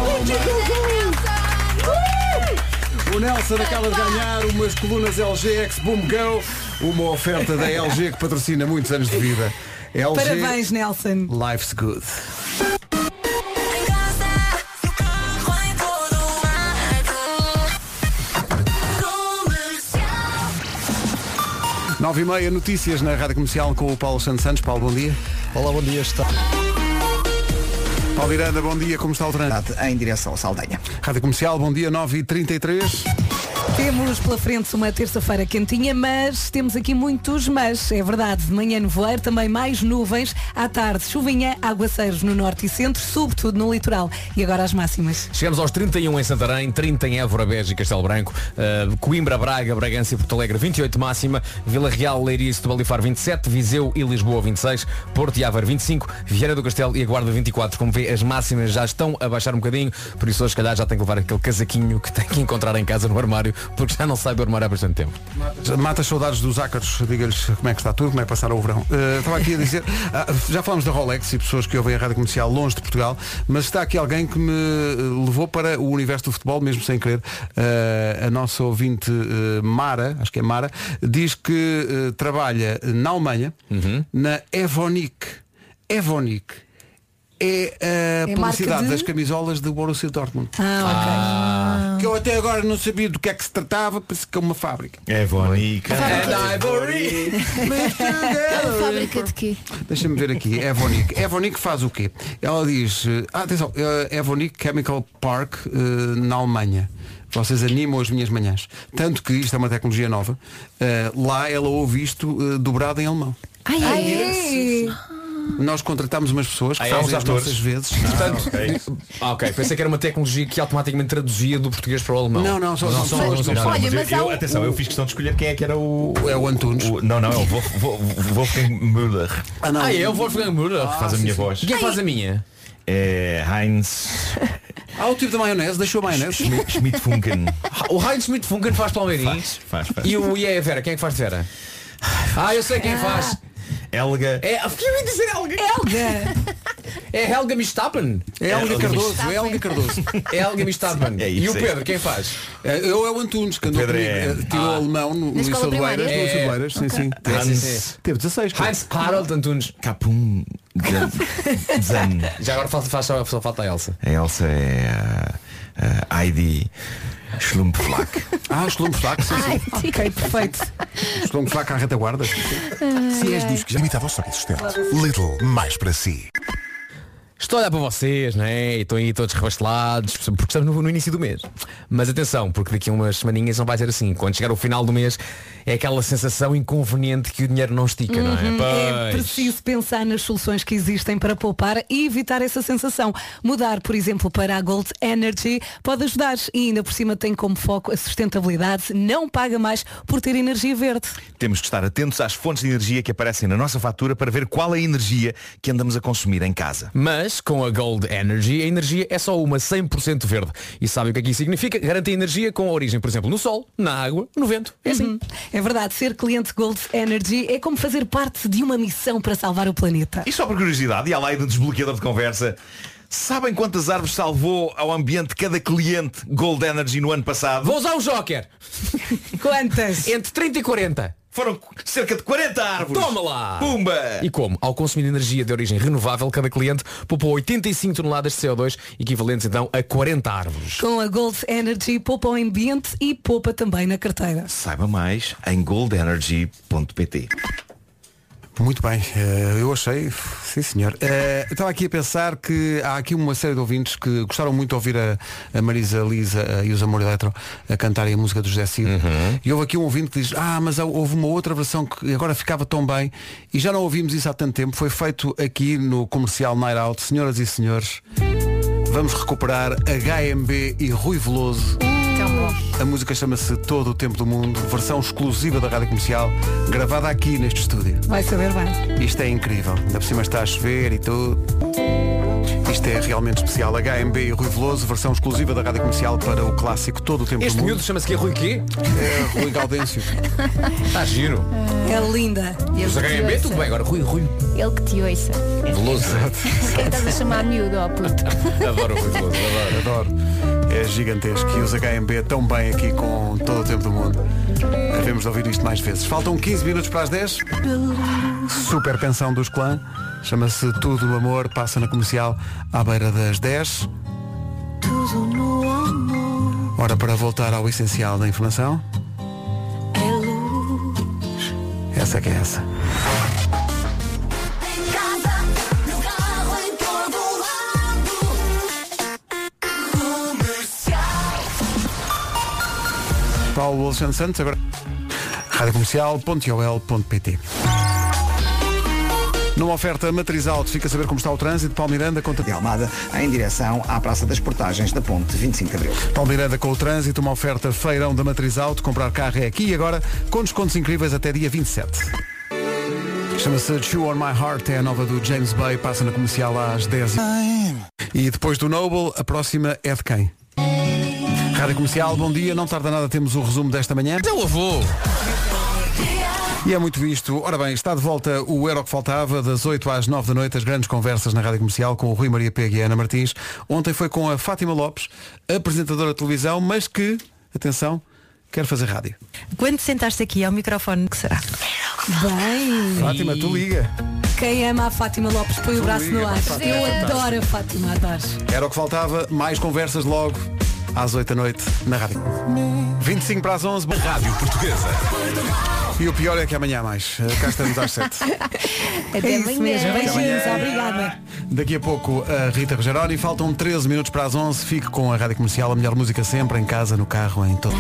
Speaker 2: O Nelson acaba de ganhar umas colunas LG X Boom Go, uma oferta da LG que patrocina muitos anos de vida. LG
Speaker 4: Parabéns, Nelson.
Speaker 2: Life's Good. Nove e meia, notícias na Rádio Comercial com o Paulo Santos Santos. Paulo, bom dia.
Speaker 15: Olá, bom dia. Está...
Speaker 2: Paulo Miranda, bom dia, como está o trânsito?
Speaker 3: Em direção à Saldanha.
Speaker 2: Rádio Comercial, bom dia, 9h33.
Speaker 4: Temos pela frente uma terça-feira quentinha, mas temos aqui muitos mas. É verdade, de manhã nevoeiro, também mais nuvens. À tarde, chuvinha, aguaceiros no norte e centro, sobretudo no litoral. E agora as máximas.
Speaker 6: Chegamos aos 31 em Santarém, 30 em Évora, Beja e Castelo Branco, eh, Coimbra, Braga, Bragança e Porto Alegre 28 máxima, Vila Real, Leiria e Setúbal e Faro 27, Viseu e Lisboa 26, Porto e Aveiro 25, Vieira do Castelo e a Guarda 24. Como vê, as máximas já estão a baixar um bocadinho, por isso hoje, se calhar já tem que levar aquele casaquinho que tem que encontrar em casa no armário, porque já não sai do armário há bastante tempo.
Speaker 2: Mata as saudades dos ácaros, diga-lhes como é que está tudo, como é que passaram o verão. Eh, estava aqui a dizer, ah, já falámos da Rolex e pessoas que ouvem a rádio comercial longe de Portugal, mas está aqui alguém que me eh, levou para o universo do futebol, mesmo sem querer. Eh, a nossa ouvinte eh, Mara, acho que é Mara, diz que eh, trabalha na Alemanha, na Evonik. Evonik é a
Speaker 10: É marca
Speaker 2: publicidade
Speaker 10: de-
Speaker 2: das camisolas do Borussia Dortmund.
Speaker 10: Ah,
Speaker 2: Que eu até agora não sabia do que é que se tratava, pensei que é uma fábrica.
Speaker 12: Evonik.
Speaker 10: É
Speaker 5: A fábrica de quê?
Speaker 2: Deixa-me ver aqui, É Evonik. Evonik faz o quê? Ela diz, eh, ah, atenção, eh, Evonik Chemical Park eh, na Alemanha. Vocês animam as minhas manhãs. Tanto que isto é uma tecnologia nova. eh, lá ela ouve isto eh, dobrado em alemão.
Speaker 5: Ai,
Speaker 4: ai.
Speaker 2: Nós contratámos umas pessoas que
Speaker 6: Ah, é, os
Speaker 2: fazem as
Speaker 6: atores.
Speaker 2: nossas vezes.
Speaker 6: Portanto, ah, ok. Pensei que era uma tecnologia que automaticamente traduzia do português para o alemão.
Speaker 2: Não, não, são- são-
Speaker 6: alemães,
Speaker 2: são-
Speaker 6: não
Speaker 2: Olha,
Speaker 6: não.
Speaker 2: mas há
Speaker 12: eu,
Speaker 2: um-
Speaker 12: atenção, eu fiz questão de escolher quem é que era o.
Speaker 2: É o Antunes.
Speaker 12: não, não, é o Wolf- Wolf- Wolfgang Müller.
Speaker 2: Ah,
Speaker 6: não. Ah, é o Wolfgang Müller.
Speaker 12: que faz a
Speaker 6: Ah,
Speaker 12: minha
Speaker 6: sim, sim.
Speaker 12: voz.
Speaker 6: Quem faz a minha?
Speaker 12: É Heinz
Speaker 2: Ah, o tipo da maionese, deixou a maionese.
Speaker 12: Schmidt- Schmidt-Funken.
Speaker 6: O Heinz Schmidt-Funken faz Palmeirinho.
Speaker 12: Faz, faz.
Speaker 6: E o e é a Vera, quem é que faz de Vera? Ah, eu sei quem faz.
Speaker 12: Helga.
Speaker 6: É, o que eu ia dizer Helga?
Speaker 4: Helga!
Speaker 6: É Helga Mistappen.
Speaker 2: É Helga Helga Cardoso, Mistappen. é Helga Cardoso.
Speaker 6: É Helga Mistappen.
Speaker 2: É isso,
Speaker 6: e o
Speaker 2: é
Speaker 6: Pedro,
Speaker 2: isso.
Speaker 6: quem faz?
Speaker 2: Eu é o Antunes, que andou
Speaker 6: Pedro
Speaker 2: comigo,
Speaker 6: é-
Speaker 2: eh, tirou
Speaker 6: Ah.
Speaker 2: alemão no, no
Speaker 6: Na escola
Speaker 2: Liceu de
Speaker 6: primária?
Speaker 2: Oeiras, no Liceu de
Speaker 6: É.
Speaker 2: Oeiras, sim,
Speaker 6: Ok.
Speaker 2: Ah, sim.
Speaker 6: Hans-
Speaker 2: Sim, sim. Teve 16. pá.
Speaker 6: Heinz Harold Antunes.
Speaker 12: Capum. Zan.
Speaker 6: Já agora falta, faz só, só falta a Elsa.
Speaker 12: A Elsa é eh, a, a Heidi Schlumpflack.
Speaker 2: Ah, Schlumpflack, sim, sim.
Speaker 4: ok, perfeito.
Speaker 6: Ah.
Speaker 2: Schlumpflack à retaguarda.
Speaker 16: Se és disco já imitava o som existente. Little, mais para si.
Speaker 6: Estou a olhar para vocês, né? E estão aí todos rebastelados, porque estamos no, no início do mês. Mas atenção, porque daqui a umas semaninhas não vai ser assim. Quando chegar o final do mês, é aquela sensação inconveniente que o dinheiro não estica, não
Speaker 4: Uhum.
Speaker 6: é?
Speaker 4: É
Speaker 6: Pois.
Speaker 4: preciso pensar nas soluções que existem para poupar e evitar essa sensação. Mudar, por exemplo, para a Gold Energy pode ajudar e ainda por cima tem como foco a sustentabilidade, não paga mais por ter energia verde.
Speaker 12: Temos que estar atentos às fontes de energia que aparecem na nossa fatura para ver qual é a energia que andamos a consumir em casa.
Speaker 6: Mas com a Gold Energy, a energia é só uma 100% verde. E sabem o que aqui significa? Garante energia com origem, por exemplo, no sol, na água, no vento. É assim.
Speaker 4: Uhum. É verdade, ser cliente Gold Energy é como fazer parte de uma missão para salvar o planeta.
Speaker 12: E só por curiosidade, e à lei do desbloqueador de conversa, sabem quantas árvores salvou ao ambiente cada cliente Gold Energy no ano passado?
Speaker 6: Vou usar o Joker!
Speaker 4: Quantas?
Speaker 6: Entre 30 e 40.
Speaker 12: Foram cerca de 40 árvores.
Speaker 6: Toma lá!
Speaker 12: Pumba!
Speaker 6: E como? Ao consumir energia de origem renovável, cada cliente poupou 85 toneladas de CO2, equivalentes então a 40 árvores.
Speaker 4: Com a Gold Energy poupa o ambiente e poupa também na carteira.
Speaker 12: Saiba mais em goldenergy.pt.
Speaker 2: Muito bem, eh, eu achei, sim senhor. Eh, Estava aqui a pensar que há aqui uma série de ouvintes que gostaram muito de ouvir a, a Marisa Lisa eh, e os Amor Eletro a cantarem a música do José Cid. E houve aqui um ouvinte que diz, ah, mas há- houve uma outra versão que agora ficava tão bem e já não ouvimos isso há tanto tempo. Foi feito aqui no comercial Night Out. Senhoras e senhores, vamos recuperar HMB e Rui Veloso. A música chama-se Todo o Tempo do Mundo, versão exclusiva da Rádio Comercial, gravada aqui neste estúdio.
Speaker 4: Vai saber bem.
Speaker 2: Isto é incrível. Ainda por cima está a chover e tudo. Isto é realmente especial. HMB e Rui Veloso, versão exclusiva da Rádio Comercial para o clássico Todo o Tempo
Speaker 6: Este
Speaker 2: do Mundo.
Speaker 6: miúdo chama-se que Rui quê?
Speaker 2: É Rui Gaudêncio.
Speaker 6: Está giro.
Speaker 4: É linda.
Speaker 6: Os HMB, tudo bem agora. Rui, Rui.
Speaker 5: Ele que te ouça.
Speaker 6: Veloso.
Speaker 5: Quem estás a chamar miúdo, ó puto?
Speaker 6: Adoro o Rui Veloso, adoro.
Speaker 2: Adoro. É gigantesco. E os HMB tão bem aqui com Todo o Tempo do Mundo. Devemos de ouvir isto mais vezes. Faltam 15 minutos para as 10. Super pensão dos clã. Chama-se Tudo o Amor. Passa na comercial à beira das 10.
Speaker 10: Tudo no amor
Speaker 2: Ora, para voltar ao essencial da informação.
Speaker 10: é luz.
Speaker 2: Essa que é essa.
Speaker 10: Em casa, no carro, em todo lado.
Speaker 2: Paulo Alexandre Santos, agora radiocomercial.ol.pt Numa oferta matriz alto, fica a saber como está o trânsito. Paulo Miranda, conta
Speaker 3: de Almada em direção à Praça das Portagens da Ponte 25 de Abril.
Speaker 2: Paulo Miranda com o trânsito, uma oferta feirão da matriz alto. Comprar carro é aqui e agora, com descontos incríveis até dia 27. Chama-se Chew on My Heart, é a nova do James Bay, passa na comercial às 10. E depois do Noble, a próxima é de quem? Rádio Comercial, bom dia, não tarda nada, temos o resumo desta manhã.
Speaker 6: Teu avô!
Speaker 2: E é muito visto. Ora bem, está de volta o Euro que Faltava, das 8 às 9 da noite, as grandes conversas na Rádio Comercial com o Rui Maria Pega e a Ana Martins. Ontem foi com a Fátima Lopes, apresentadora de televisão, mas que, atenção, quer fazer rádio.
Speaker 17: Quando sentaste aqui ao microfone, que será?
Speaker 4: Bem.
Speaker 2: Fátima, tu liga.
Speaker 4: Quem ama a Fátima Lopes põe o braço no
Speaker 2: Liga,
Speaker 4: ar.
Speaker 2: Fátima,
Speaker 4: Eu
Speaker 2: fantástico.
Speaker 4: adoro a Fátima, adoro.
Speaker 2: Era o que faltava, mais conversas logo às 8 da noite na rádio. 25 para as 11, bom- Rádio Portuguesa. E o pior é que amanhã há mais. Eh, Cá estamos às 7.
Speaker 4: Até é isso
Speaker 10: amanhã.
Speaker 4: mesmo.
Speaker 2: Até
Speaker 4: Beijinhos,
Speaker 2: amanhã.
Speaker 4: obrigada.
Speaker 2: Daqui a pouco a Rita Rogeroni. Faltam 13 minutos para as 11. Fique com a rádio comercial, a melhor música sempre, em casa, no carro, em todo.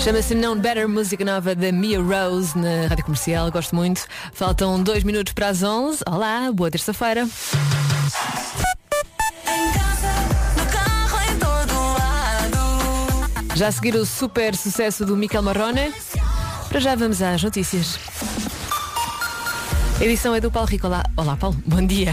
Speaker 18: Chama-se Known Better, música nova da Mia Rose na Rádio Comercial, gosto muito. Faltam dois minutos para as 11. Olá, boa terça-feira. Já a seguir o super sucesso do Miquel Marrone. Para já vamos às notícias. A edição é do Paulo Rico. Olá, Olá Paulo, bom dia.